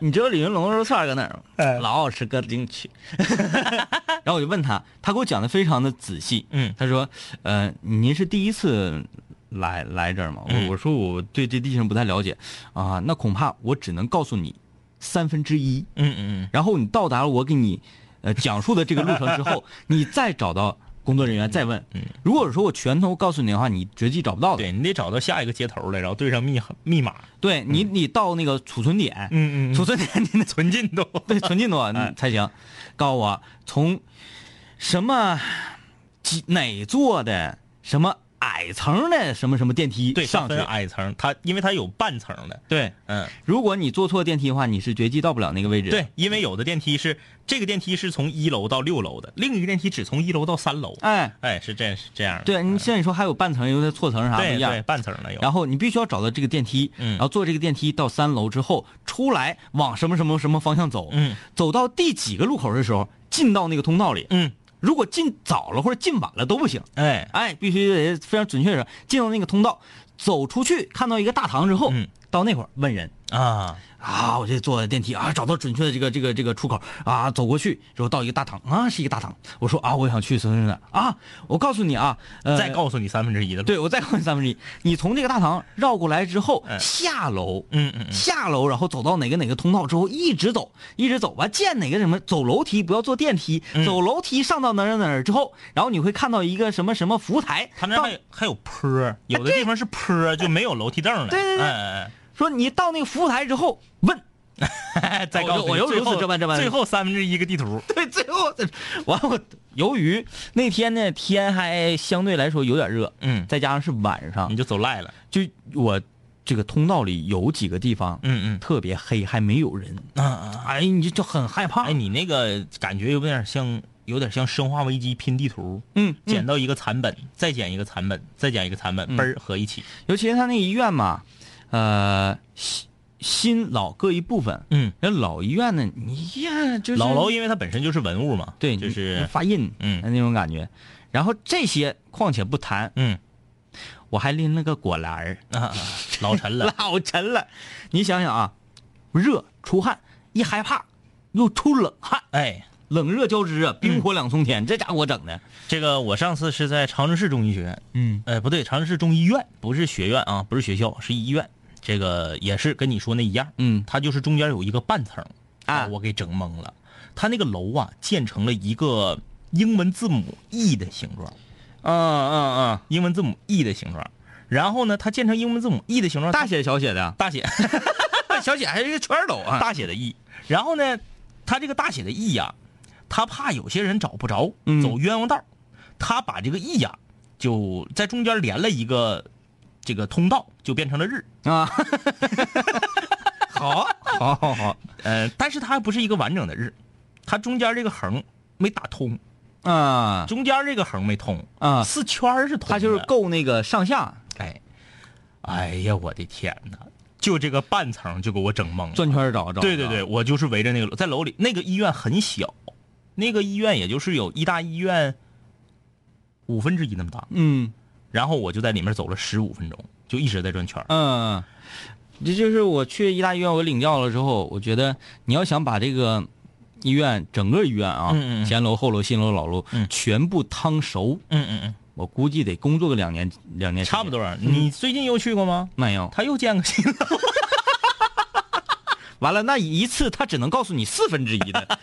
你知道李云龙的肉串儿搁哪儿哎吗？老好吃，搁进去。 然后我就问他，他给我讲的非常的仔细。嗯他说，呃，您是第一次来来这儿吗？嗯我我说我对这地方不太了解啊，那恐怕我只能告诉你三分之一。嗯嗯然后你到达了我给你呃讲述的这个路程 之后，你再找到工作人员再问。如果说我全都告诉你的话，你绝技找不到嗯，的。对你得找到下一个接头来，然后对上密密码，对你，你到那个储存点，嗯嗯嗯嗯储存点你那存进度。对，存进度啊你才行。告诉我从什么几哪座的什么矮层的什么什么电梯对，它上去分。矮层，它因为它有半层的，对，嗯，如果你坐错电梯的话，你是绝技到不了那个位置。对，，因为有的电梯是这个电梯是从一楼到六楼的，另一个电梯只从一楼到三楼。哎，哎，是这是这样的。对，你像你说还有半层，有的错层啥不对一哎对，样。半层的有。然后你必须要找到这个电梯，嗯然后坐这个电梯到三楼之后出来，往什么什么什么方向走，嗯走到第几个路口的时候进到那个通道里，嗯，如果进早了或者进晚了都不行，哎，哎，必须得非常准确的进到那个通道，走出去看到一个大堂之后，嗯到那会儿问人啊，啊，我这坐电梯啊，找到准确的这个这个这个出口啊，走过去之后到一个大堂啊，是一个大堂，我说啊，我想去什么什么哪儿啊，我告诉你啊，呃，再告诉你三分之一的路。对我再告诉你三分之一，你从这个大堂绕过来之后、嗯下楼，嗯嗯嗯下楼然后走到哪个哪个通道之后一直走一直走完见哪个什么走楼梯不要坐电梯，嗯走楼梯上到哪儿哪儿哪儿之后，然后你会看到一个什么什么服务台，他那到还有还有坡儿，有的地方是坡儿，就没有楼梯凳了。对对对哎说你到那个服务台之后问，哎哎， 再我告就诉我你又最如此后这般这般最后三分之一个地图。对，最后完我由于那天呢天还相对来说有点热，嗯，再加上是晚上你，就走赖了。就我这个通道里有几个地方，嗯特别黑，还没有人，嗯啊啊！哎，你就很害怕，哎，你那个感觉有点像，有点像《生化危机》拼地图。嗯嗯捡到一个残本，再捡一个残本，再捡一个残本，嘣儿合一起。尤其是他那医院嘛，呃，新新老各一部分，嗯，那老医院呢，你呀就是老楼，因为它本身就是文物嘛，对，就你是发印，嗯那种感觉。然后这些况且不谈，嗯我还拎了个果篮 儿，，啊， 啊老沉了 老沉了。你想想啊，热出汗，一害怕又出冷汗，哎。冷热交织啊，冰火两重天，这家伙整的。这个我上次是在长春市中医学，嗯呃，不对，长春市中医院不是学院啊，不是学校，是医院。这个也是跟你说那一样，嗯它就是中间有一个半层啊我给整懵了。它那个楼啊，建成了一个英文字母 E 的形状，嗯嗯英文字母 E 的形状。然后呢，它建成英文字母 E 的形状，嗯，大它写小写的，大写 小写还是一个圈儿抖啊。大写的 E。然后呢，它这个大写的 E 呀、他怕有些人找不着嗯，走冤枉道儿，他把这个 E 呀、就在中间连了一个这个通道，就变成了日。啊， 好，好，好，好，呃，但是它还不是一个完整的日，它中间这个横没打通，啊中间这个横没通啊四圈儿是通的，他就是够那个上下哎，哎呀，我的天哪！就这个半层就给我整懵了。转圈儿找找。对对对，，我就是围着那个楼，在楼里那个医院很小，那个医院也就是有医大医院五分之一那么大，嗯然后我就在里面走了十五分钟，就一直在转圈儿嗯，这就是我去医大医院，我领教了之后，我觉得你要想把这个医院整个医院啊，嗯嗯嗯前楼后楼新楼老楼、嗯全部汤熟，嗯嗯嗯，我估计得工作个两年两年时间差不。多。你最近又去过吗？没有，他又建个新的，完了那一次他只能告诉你四分之 一的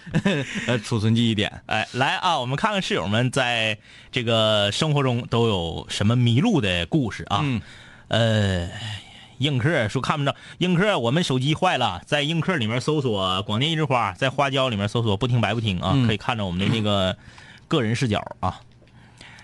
呃储存记忆点。哎，来啊，我们看看室友们在这个生活中都有什么迷路的故事啊。嗯呃，映客说看不着，映客我们手机坏了，在映客里面搜索“广电一枝花”，在花椒里面搜索“不听白不听”啊，嗯可以看着我们的那个个人视角啊。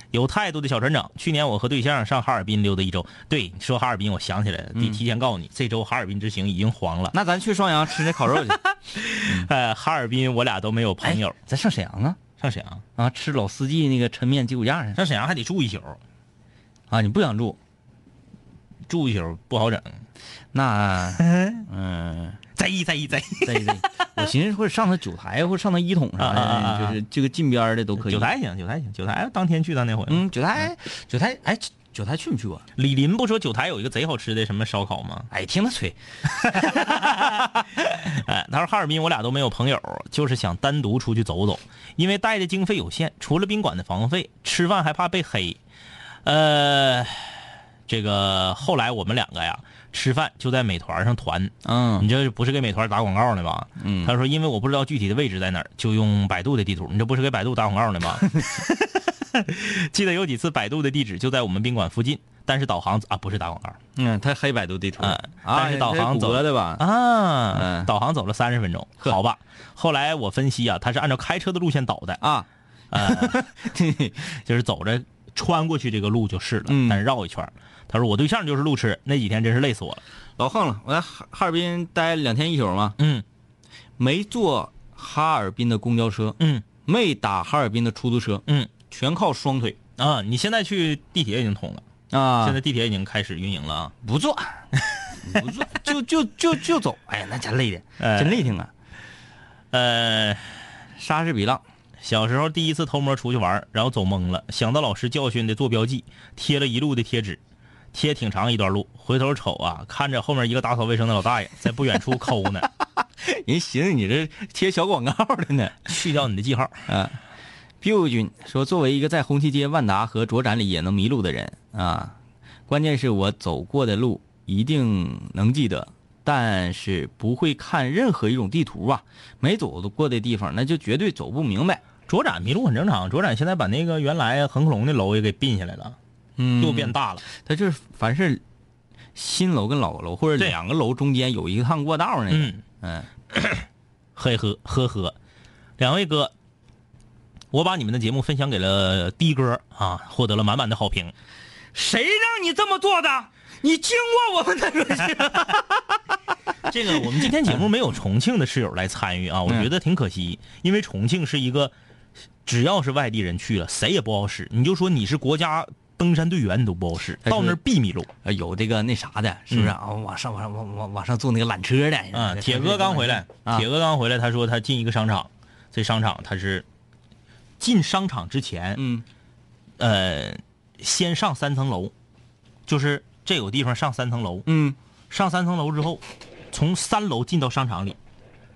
有态度的小船长，去年我和对象上哈尔滨溜达一周。对，你说哈尔滨，我想起来了，得提前告诉你，这周哈尔滨之行已经黄了。那咱去双阳吃那烤 肉去，嗯呃，哈尔滨我俩都没有朋友，咱上沈阳啊上沈阳，啊吃老司机那个抻面鸡骨架去上沈阳还得住一宿，啊！你不想住？住一宿不好整。那 嗯。在意在意在意，对对，我寻思或者上到酒台，或者上到一桶啥啊啊啊啊的，就是这个近边儿的都可以。九，台行，九台行，九台当天去当天回。嗯，九台，九台，哎，九台去没去过？李林不说九台有一个贼好吃的什么烧烤吗？哎，听他吹，哎，他说哈尔滨我俩都没有朋友，就是想单独出去走走，因为带的经费有限，除了宾馆的房费，吃饭还怕被黑。呃，这个后来我们两个呀，吃饭就在美团上团。嗯你这不是给美团打广告呢吧？嗯，他说因为我不知道具体的位置在哪儿，就用百度的地图。你这不是给百度打广告呢 吗？记得有几次百度的地址就在我们宾馆附近，但是导航啊不是打广告，嗯，他黑百度地图，嗯但哎是导航走得的吧？啊，嗯导航走了三十分钟，好吧。后来我分析啊，他是按照开车的路线导的，啊， 就是走着穿过去这个路就是了，嗯但是绕一圈儿。他说我对象就是路痴，那几天真是累死我了。老横了，我在哈哈尔滨待两天一宿嘛，嗯没坐哈尔滨的公交车，嗯没打哈尔滨的出租车，嗯全靠双腿啊，你现在去地铁已经通了，啊现在地铁已经开始运营了啊。不坐， 不坐，就就就就走。哎呀，那家累的，哎真累挺啊！呃，莎士比亚，小时候第一次偷摸出去玩儿，然后走懵了，想到老师教训的做标记，贴了一路的贴纸，贴挺长一段路，回头瞅啊，看着后面一个打扫卫生的老大爷在不远处抠呢， 人寻思你这贴小广告的呢。 去掉你的记号。 biu 君说，作为一个在红旗街、万达和卓展里也能迷路的人啊，关键是我走过的路一定能记得，但是不会看任何一种地图啊，没走过的地方那就绝对走不明白。卓展迷路很正常，卓展现在把那个原来恒隆的楼也给并下来了，嗯又变大了。它就是凡是新楼跟老楼或者对两个楼中间有一趟过道那个，嗯， 嗯嘿呵呵呵，两位哥，我把你们的节目分享给了的哥啊，获得了满满的好评。谁让你这么做的？你经过我们的允许。这个我们今天节目没有重庆的室友来参与啊，我觉得挺可惜，因为重庆是一个只要是外地人去了，谁也不好使。你就说你是国家登山队员，你都不好使，但是到那儿必迷路。呃，有这个那啥的，是不是啊？往上往上往往往上坐那个缆车的嗯啊，铁哥刚回来，啊铁哥刚回来，他说他进一个商场，这商场他是进商场之前，嗯呃，先上三层楼，就是这有地方上三层楼，嗯上三层楼之后，从三楼进到商场里，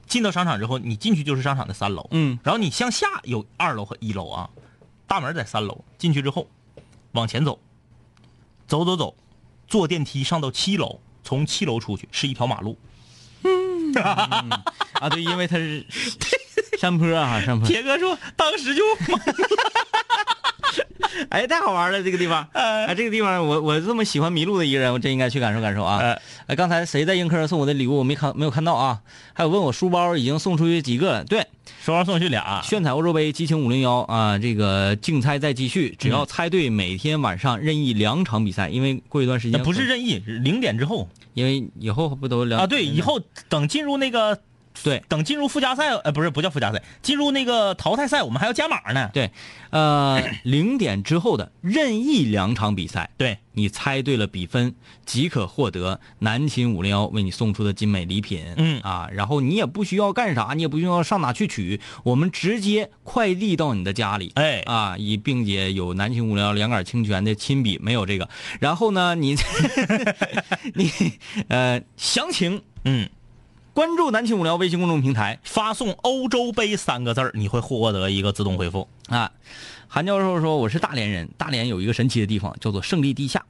进到商场之后，你进去就是商场的三楼，嗯，然后你向下有二楼和一楼啊，大门在三楼，进去之后往前走，走走走，坐电梯上到七楼，从七楼出去是一条马路。啊，对，因为它是山坡啊，山 坡。铁哥说，当时 就哎，太好玩了这个地方。 哎，这个地方我我这么喜欢迷路的一个人，我真应该去感受感受啊哎。哎，刚才谁在映客送我的礼物我没看没有看到啊？还有问我书包已经送出去几个了？对，说完送去俩，炫彩欧洲杯激情五零幺啊，这个竞猜再继续，只要猜对每天晚上任意两场比赛，因为过一段时那间不是任意，零点之后啊因为以后不都聊啊，对，以后等进入那个啊对等进入附加赛，呃，不是不叫附加赛，进入那个淘汰赛，我们还要加码呢。对，呃，零点之后的任意两场比赛，对你猜对了比分，即可获得南秦五零幺为你送出的精美礼品。嗯啊，然后你也不需要干啥，你也不需要上哪去取，我们直接快递到你的家里。哎啊，以并且有南秦五零幺两杆清泉的亲笔，没有这个。然后呢，你 你呃，详情嗯，关注南秦五零幺微信公众平台。发送“欧洲杯”三个字儿，你会获得一个自动回复。啊，韩教授说我是大连人，大连有一个神奇的地方叫做胜利地下，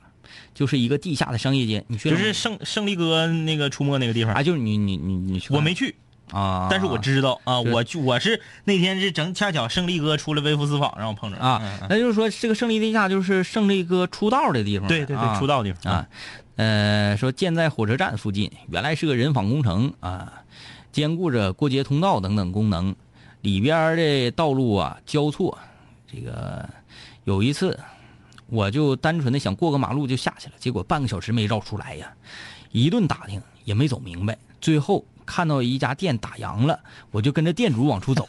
就是一个地下的商业街。你去就了是吗胜胜利哥那个出没那个地方，啊，就是你你你你去看我没去，啊，但是我知道啊，就是我去我是那天是正恰巧胜利哥出了微服私访，让我碰着了嗯啊，那就是说这个胜利地下就是胜利哥出道的地方呗，对对对，啊出道地方啊，呃，说建在火车站附近，原来是个人防工程啊，兼顾着过街通道等等功能，里边儿的道路啊交错。这个有一次，我就单纯的想过个马路就下去了，结果半个小时没绕出来呀，一顿打听也没走明白，最后看到一家店打烊了，我就跟着店主往出走，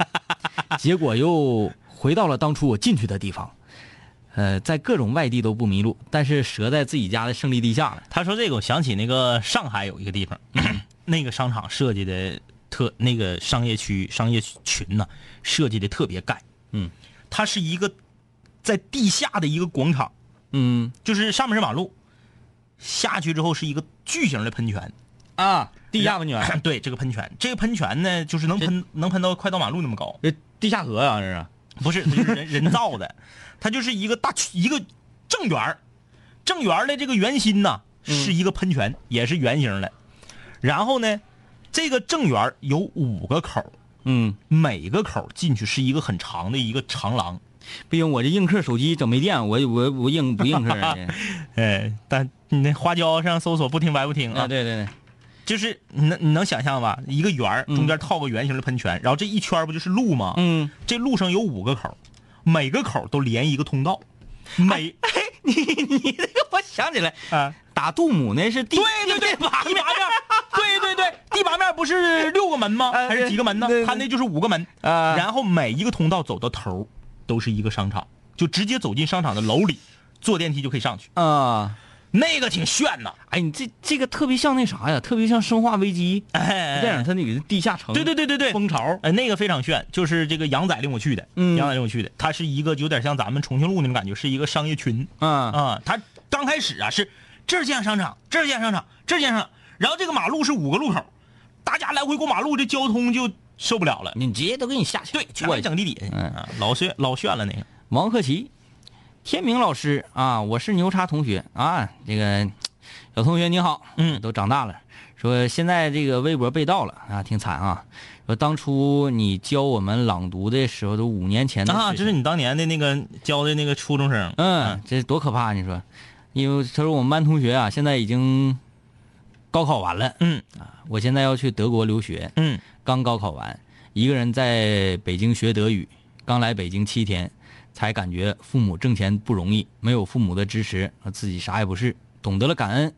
结果又回到了当初我进去的地方。呃，在各种外地都不迷路，但是折在自己家的胜利地下了。他说这个，我想起那个上海有一个地方， 那个商场设计的特那个商业区商业群呐，设计的特别盖。嗯，它是一个在地下的一个广场，嗯就是上面是马路，下去之后是一个巨型的喷泉。啊，地下温 泉，对，这个喷泉，这个喷泉呢，就是能喷能喷到快到马路那么高，这地下河啊，这是不是，它就是人人造的，它就是一个大区一个正圆儿正圆儿的这个圆心呐嗯是一个喷泉，也是圆形的。然后呢，这个正圆儿有五个口儿，嗯，每个口儿进去是一个很长的一个长廊。毕竟我这映客手机整没电，我我我映不映客啊？哎，但你那花椒上搜索不听白不听这 啊，对对对，就是你能你能想象吧？一个圆儿中间套个圆形的喷泉，然后这一圈儿不就是路吗？嗯，这路上有五个口儿，每个口儿都连一个通道，哎每你这个 我想起来，啊。打杜母那是地对对对，地地拔面儿，对对对，地拔面儿不是六个门吗？哎还是几个门呢对对？对他那就是五个门啊然后每一个通道走到头儿都是一个商场，就直接走进商场的楼里，坐电梯就可以上去， 啊。那个挺炫呐。哎，你这这个特别像那啥呀，特别像《生化危机》哎电影，它那个地下城。对对对对对，蜂巢哎，那个非常炫，就是这个杨仔领我去的，嗯杨仔领我去的，它是一个有点像咱们重庆路那种感觉，是一个商业群啊啊。它刚开始啊是这儿建商场，这儿建商场，这儿建商场，然后这个马路是五个路口，大家来回过马路，这交通就受不了了。你直接都给你下去。对，全我给整地底下，嗯啊老炫老炫了那个。王克奇，天明老师啊，我是牛叉同学啊，这个小同学你好，嗯都长大了，说现在这个微博被盗了啊，挺惨啊。说当初你教我们朗读的时候，都五年前的啊，事这情是你当年的那个教的那个初中生，嗯，这多可怕、啊！你说，因为他说我们班同学啊，现在已经高考完了，啊嗯我现在要去德国留学，嗯，刚高考完，一个人在北京学德语，刚来北京七天，才感觉父母挣钱不容易，没有父母的支持，自己啥也不是，懂得了感恩。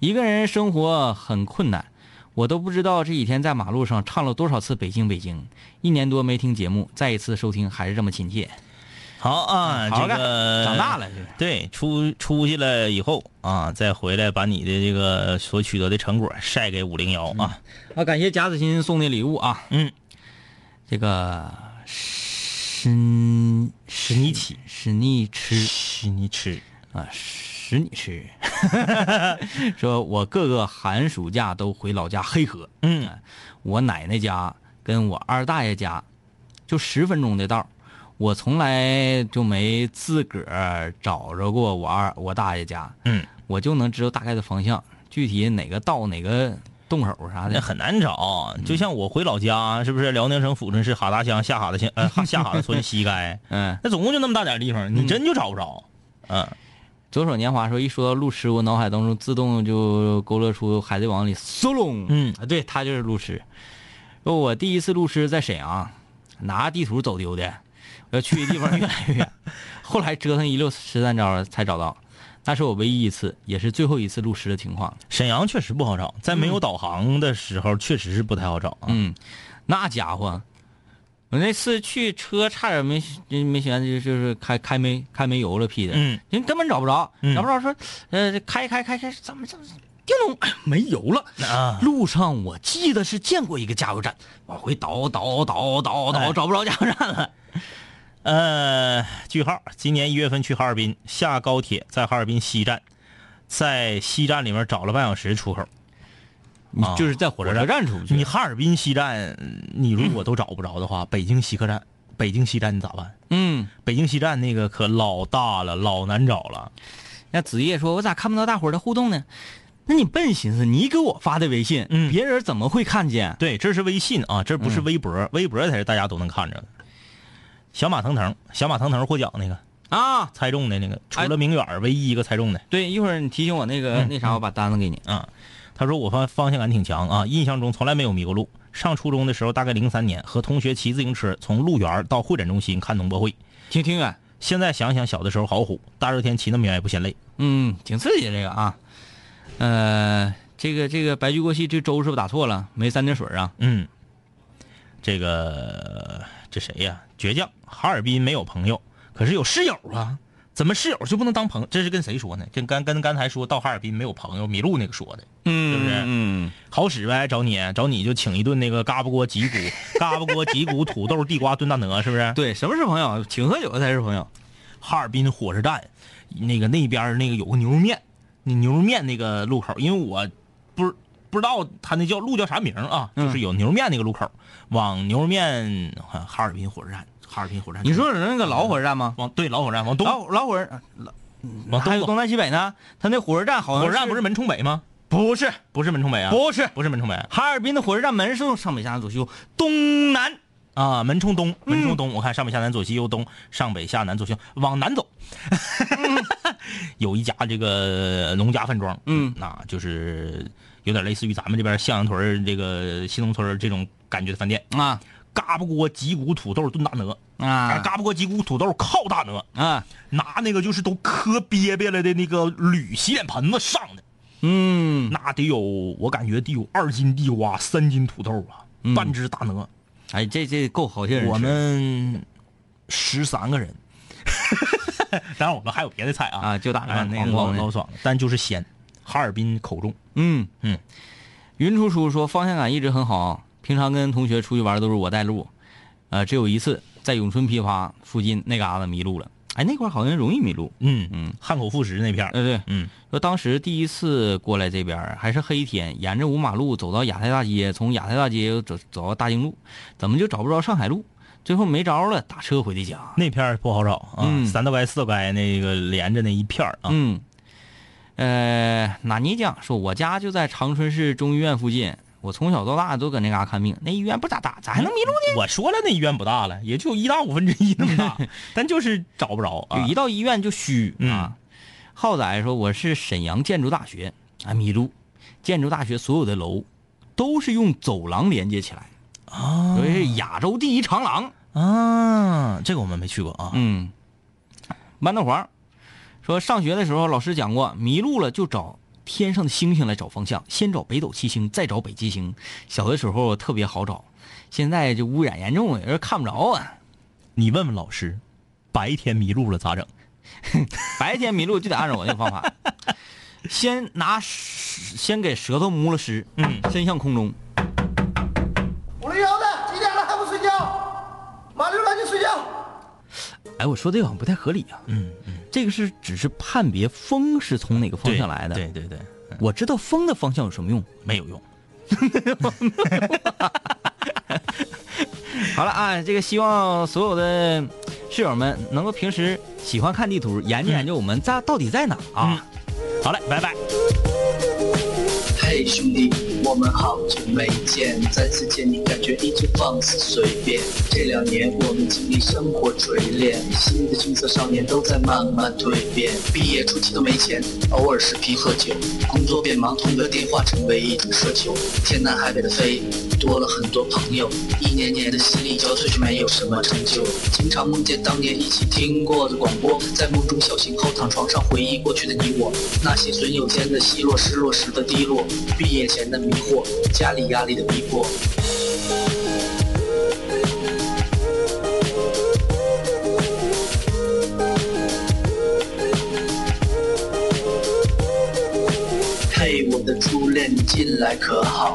一个人生活很困难，我都不知道这几天在马路上唱了多少次《北京北京》，一年多没听节目，再一次收听还是这么亲切。好啊，好好这干个长大了这是对，出出去了以后啊，再回来把你的这个所取得的成果晒给五零幺啊。啊，感谢贾子欣送的礼物啊，嗯，这个史史尼奇，史尼吃吃你吃，啊，史你吃， 说我各个寒暑假都回老家黑河，嗯我奶奶家跟我二大爷家就十分钟的道儿我从来就没自个儿找着过我二我大爷家，嗯，我就能知道大概的方向，具体哪个道哪个洞口啥啊那的，很难找。嗯就像我回老家，是不是辽宁省抚顺市哈达乡下哈达乡呃哈下哈达 村西街，嗯。那总共就那么大点地方，你真就找不着。嗯，左手年华说，一说到路痴，我脑海当中自动就勾勒出《海贼王》里索隆，嗯啊，对他就是路痴。说我第一次路痴在沈阳，拿地图走 丢的，我要去的地方越来越远，后来折腾一溜十三招才找到。那是我唯一一次，也是最后一次录食的情况。沈阳确实不好找，在没有导航的时候，确实是不太好找啊。嗯，那家伙，我那次去车差点没没悬，就就是开开没开没油了，屁的，嗯，人根本找不着，嗯找不着说，呃，开开开开，怎么怎么电动哎没油了啊路上我记得是见过一个加油站，往回倒倒倒倒哎倒，找不着加油站了。呃，句号，今年一月份去哈尔滨，下高铁在哈尔滨西站，在西站里面找了半小时出口。你啊就是在火车火车站出去，你哈尔滨西站，你如果都找不着的话，北京西客站，北京西站你咋办？嗯，北京西站那个可老大了，老难找了。那子夜说：“我咋看不到大伙儿的互动呢？”那你笨，寻思你给我发的微信，嗯别人怎么会看见？对，这是微信啊，这不是微博，微博才是大家都能看着的。小马腾腾，小马腾腾获奖那个，啊，猜中的那个，除哎了明远儿唯一一个猜中的。对，一会儿你提醒我那嗯个、那啥，我把单子给你。啊，他说我方方向感挺强啊，印象中从来没有迷过路。上初中的时候，大概零三年，和同学骑自行车从路园到会展中心看农博会。挺挺远，现在想想，小的时候好虎，大热天骑那么远也不嫌累。嗯，挺刺激这个啊。呃，这个这个白驹过隙，这粥是不是打错了？没三点水啊？嗯，这个这谁呀？倔强，哈尔滨没有朋友，可是有室友啊。怎么室友就不能当朋友？这是跟谁说呢？跟刚跟刚才说到哈尔滨没有朋友迷路那个说的。嗯对不对嗯，好使呗，找你找你就请一顿那个嘎巴锅脊骨， 嘎巴锅脊骨土豆地瓜炖大鹅，是不是？对，什么是朋友？请喝酒的才是朋友。哈尔滨火车站那个那边儿那个有个牛肉面，那牛肉面那个路口，因为我不是不知道他那叫路叫啥名儿啊，嗯就是有牛肉面那个路口，往牛肉面哈哈尔滨火车站，哈尔滨火车站，你说是那个老火车站吗？往对老火车站往东，老老火车，往嗯还啊东有走东南西北呢？他那火车站好像火车站不是门冲北吗？不是，不是门冲北啊，不是不是门冲北哈尔滨的火车站门是上北下南左西右东南。啊，门冲东，嗯门冲东，我看上北下南左西右东，上北下南左西右往南走， 有一家这个农家饭庄，嗯那就是有点类似于咱们这边向阳屯儿这个新农村儿这种感觉的饭店，啊嘎巴锅脊骨土豆炖大鹅，哎啊嘎巴锅脊骨土豆靠大鹅，啊！拿那个就是都磕瘪瘪了的那个铝洗脸盆子上的，嗯，那得有我感觉得有二斤地瓜，三斤土豆啊，嗯半只大鹅，哎，这这够好些人吃。我们十三个人， 当然我们还有别的菜啊，啊就打哎算那个老老老爽，但就是鲜，哈尔滨口重。嗯嗯，云初叔说方向感一直很好，平常跟同学出去玩都是我带路，呃，只有一次在永春批发附近那嘎达迷路了。哎，那块儿好像容易迷路。嗯嗯，汉口副食那片儿，呃，对，嗯说当时第一次过来这边儿还是黑天，沿着五马路走到亚太大街，从亚太大街又走走到大经路，怎么就找不着上海路？最后没招了，打车回的家。那片儿不好找啊，嗯三道街四道街那个连着那一片儿啊，嗯，呃，纳尼酱说，我家就在长春市中医院附近，我从小到大都搁那嘎看病，那医院不咋大，咋还能迷路呢？我说了那医院不大了，也就一大五分之一那么 大，但就是找不着啊就。一到医院就虚嗯啊。浩仔说我是沈阳建筑大学啊，迷路。建筑大学所有的楼都是用走廊连接起来，啊所以是亚洲第一长廊。啊，这个我们没去过啊。嗯，豌豆黄说上学的时候老师讲过，迷路了就找天上的星星来找方向，先找北斗七星，再找北极星。小的时候特别好找，现在就污染严重，有人看不着啊。你问问老师，白天迷路了咋整？白天迷路就得按照我那个方法，先拿舌先给舌头摸了湿，嗯，伸向空中。五零幺的，几点了还不睡觉？马上赶紧睡觉。哎，我说这个好像不太合理啊。嗯，嗯这个是只是判别风是从哪个方对向来的。对，对对，我知道风的方向有什么用。没有用。 好了啊，这个希望所有的室友们能够平时喜欢看地图，研究研究我们在到底在哪啊。好嘞，拜拜。嘿，兄弟，我们好久没见，再次见你感觉依旧放肆随便。这两年我们经历生活锤炼，新的青涩少年都在慢慢蜕变。毕业初期都没钱，偶尔视频喝酒，工作变忙，通个电话成为一种奢求。天南海北的飞，多了很多朋友，一年年的心力交瘁却没有什么成就。经常梦见当年一起听过的广播，在梦中小醒后躺床上回忆过去的你我，那些损友间的奚落，失落时的低落，毕业前的迷惑，家里压力的逼迫。嘿，我的初恋，你近来可好？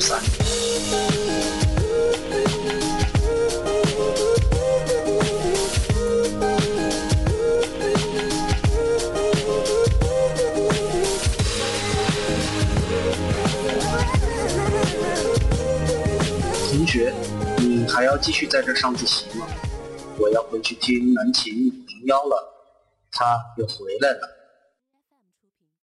三。同学，你还要继续在这上自习吗？我要回去听南琴零幺了，他又回来了。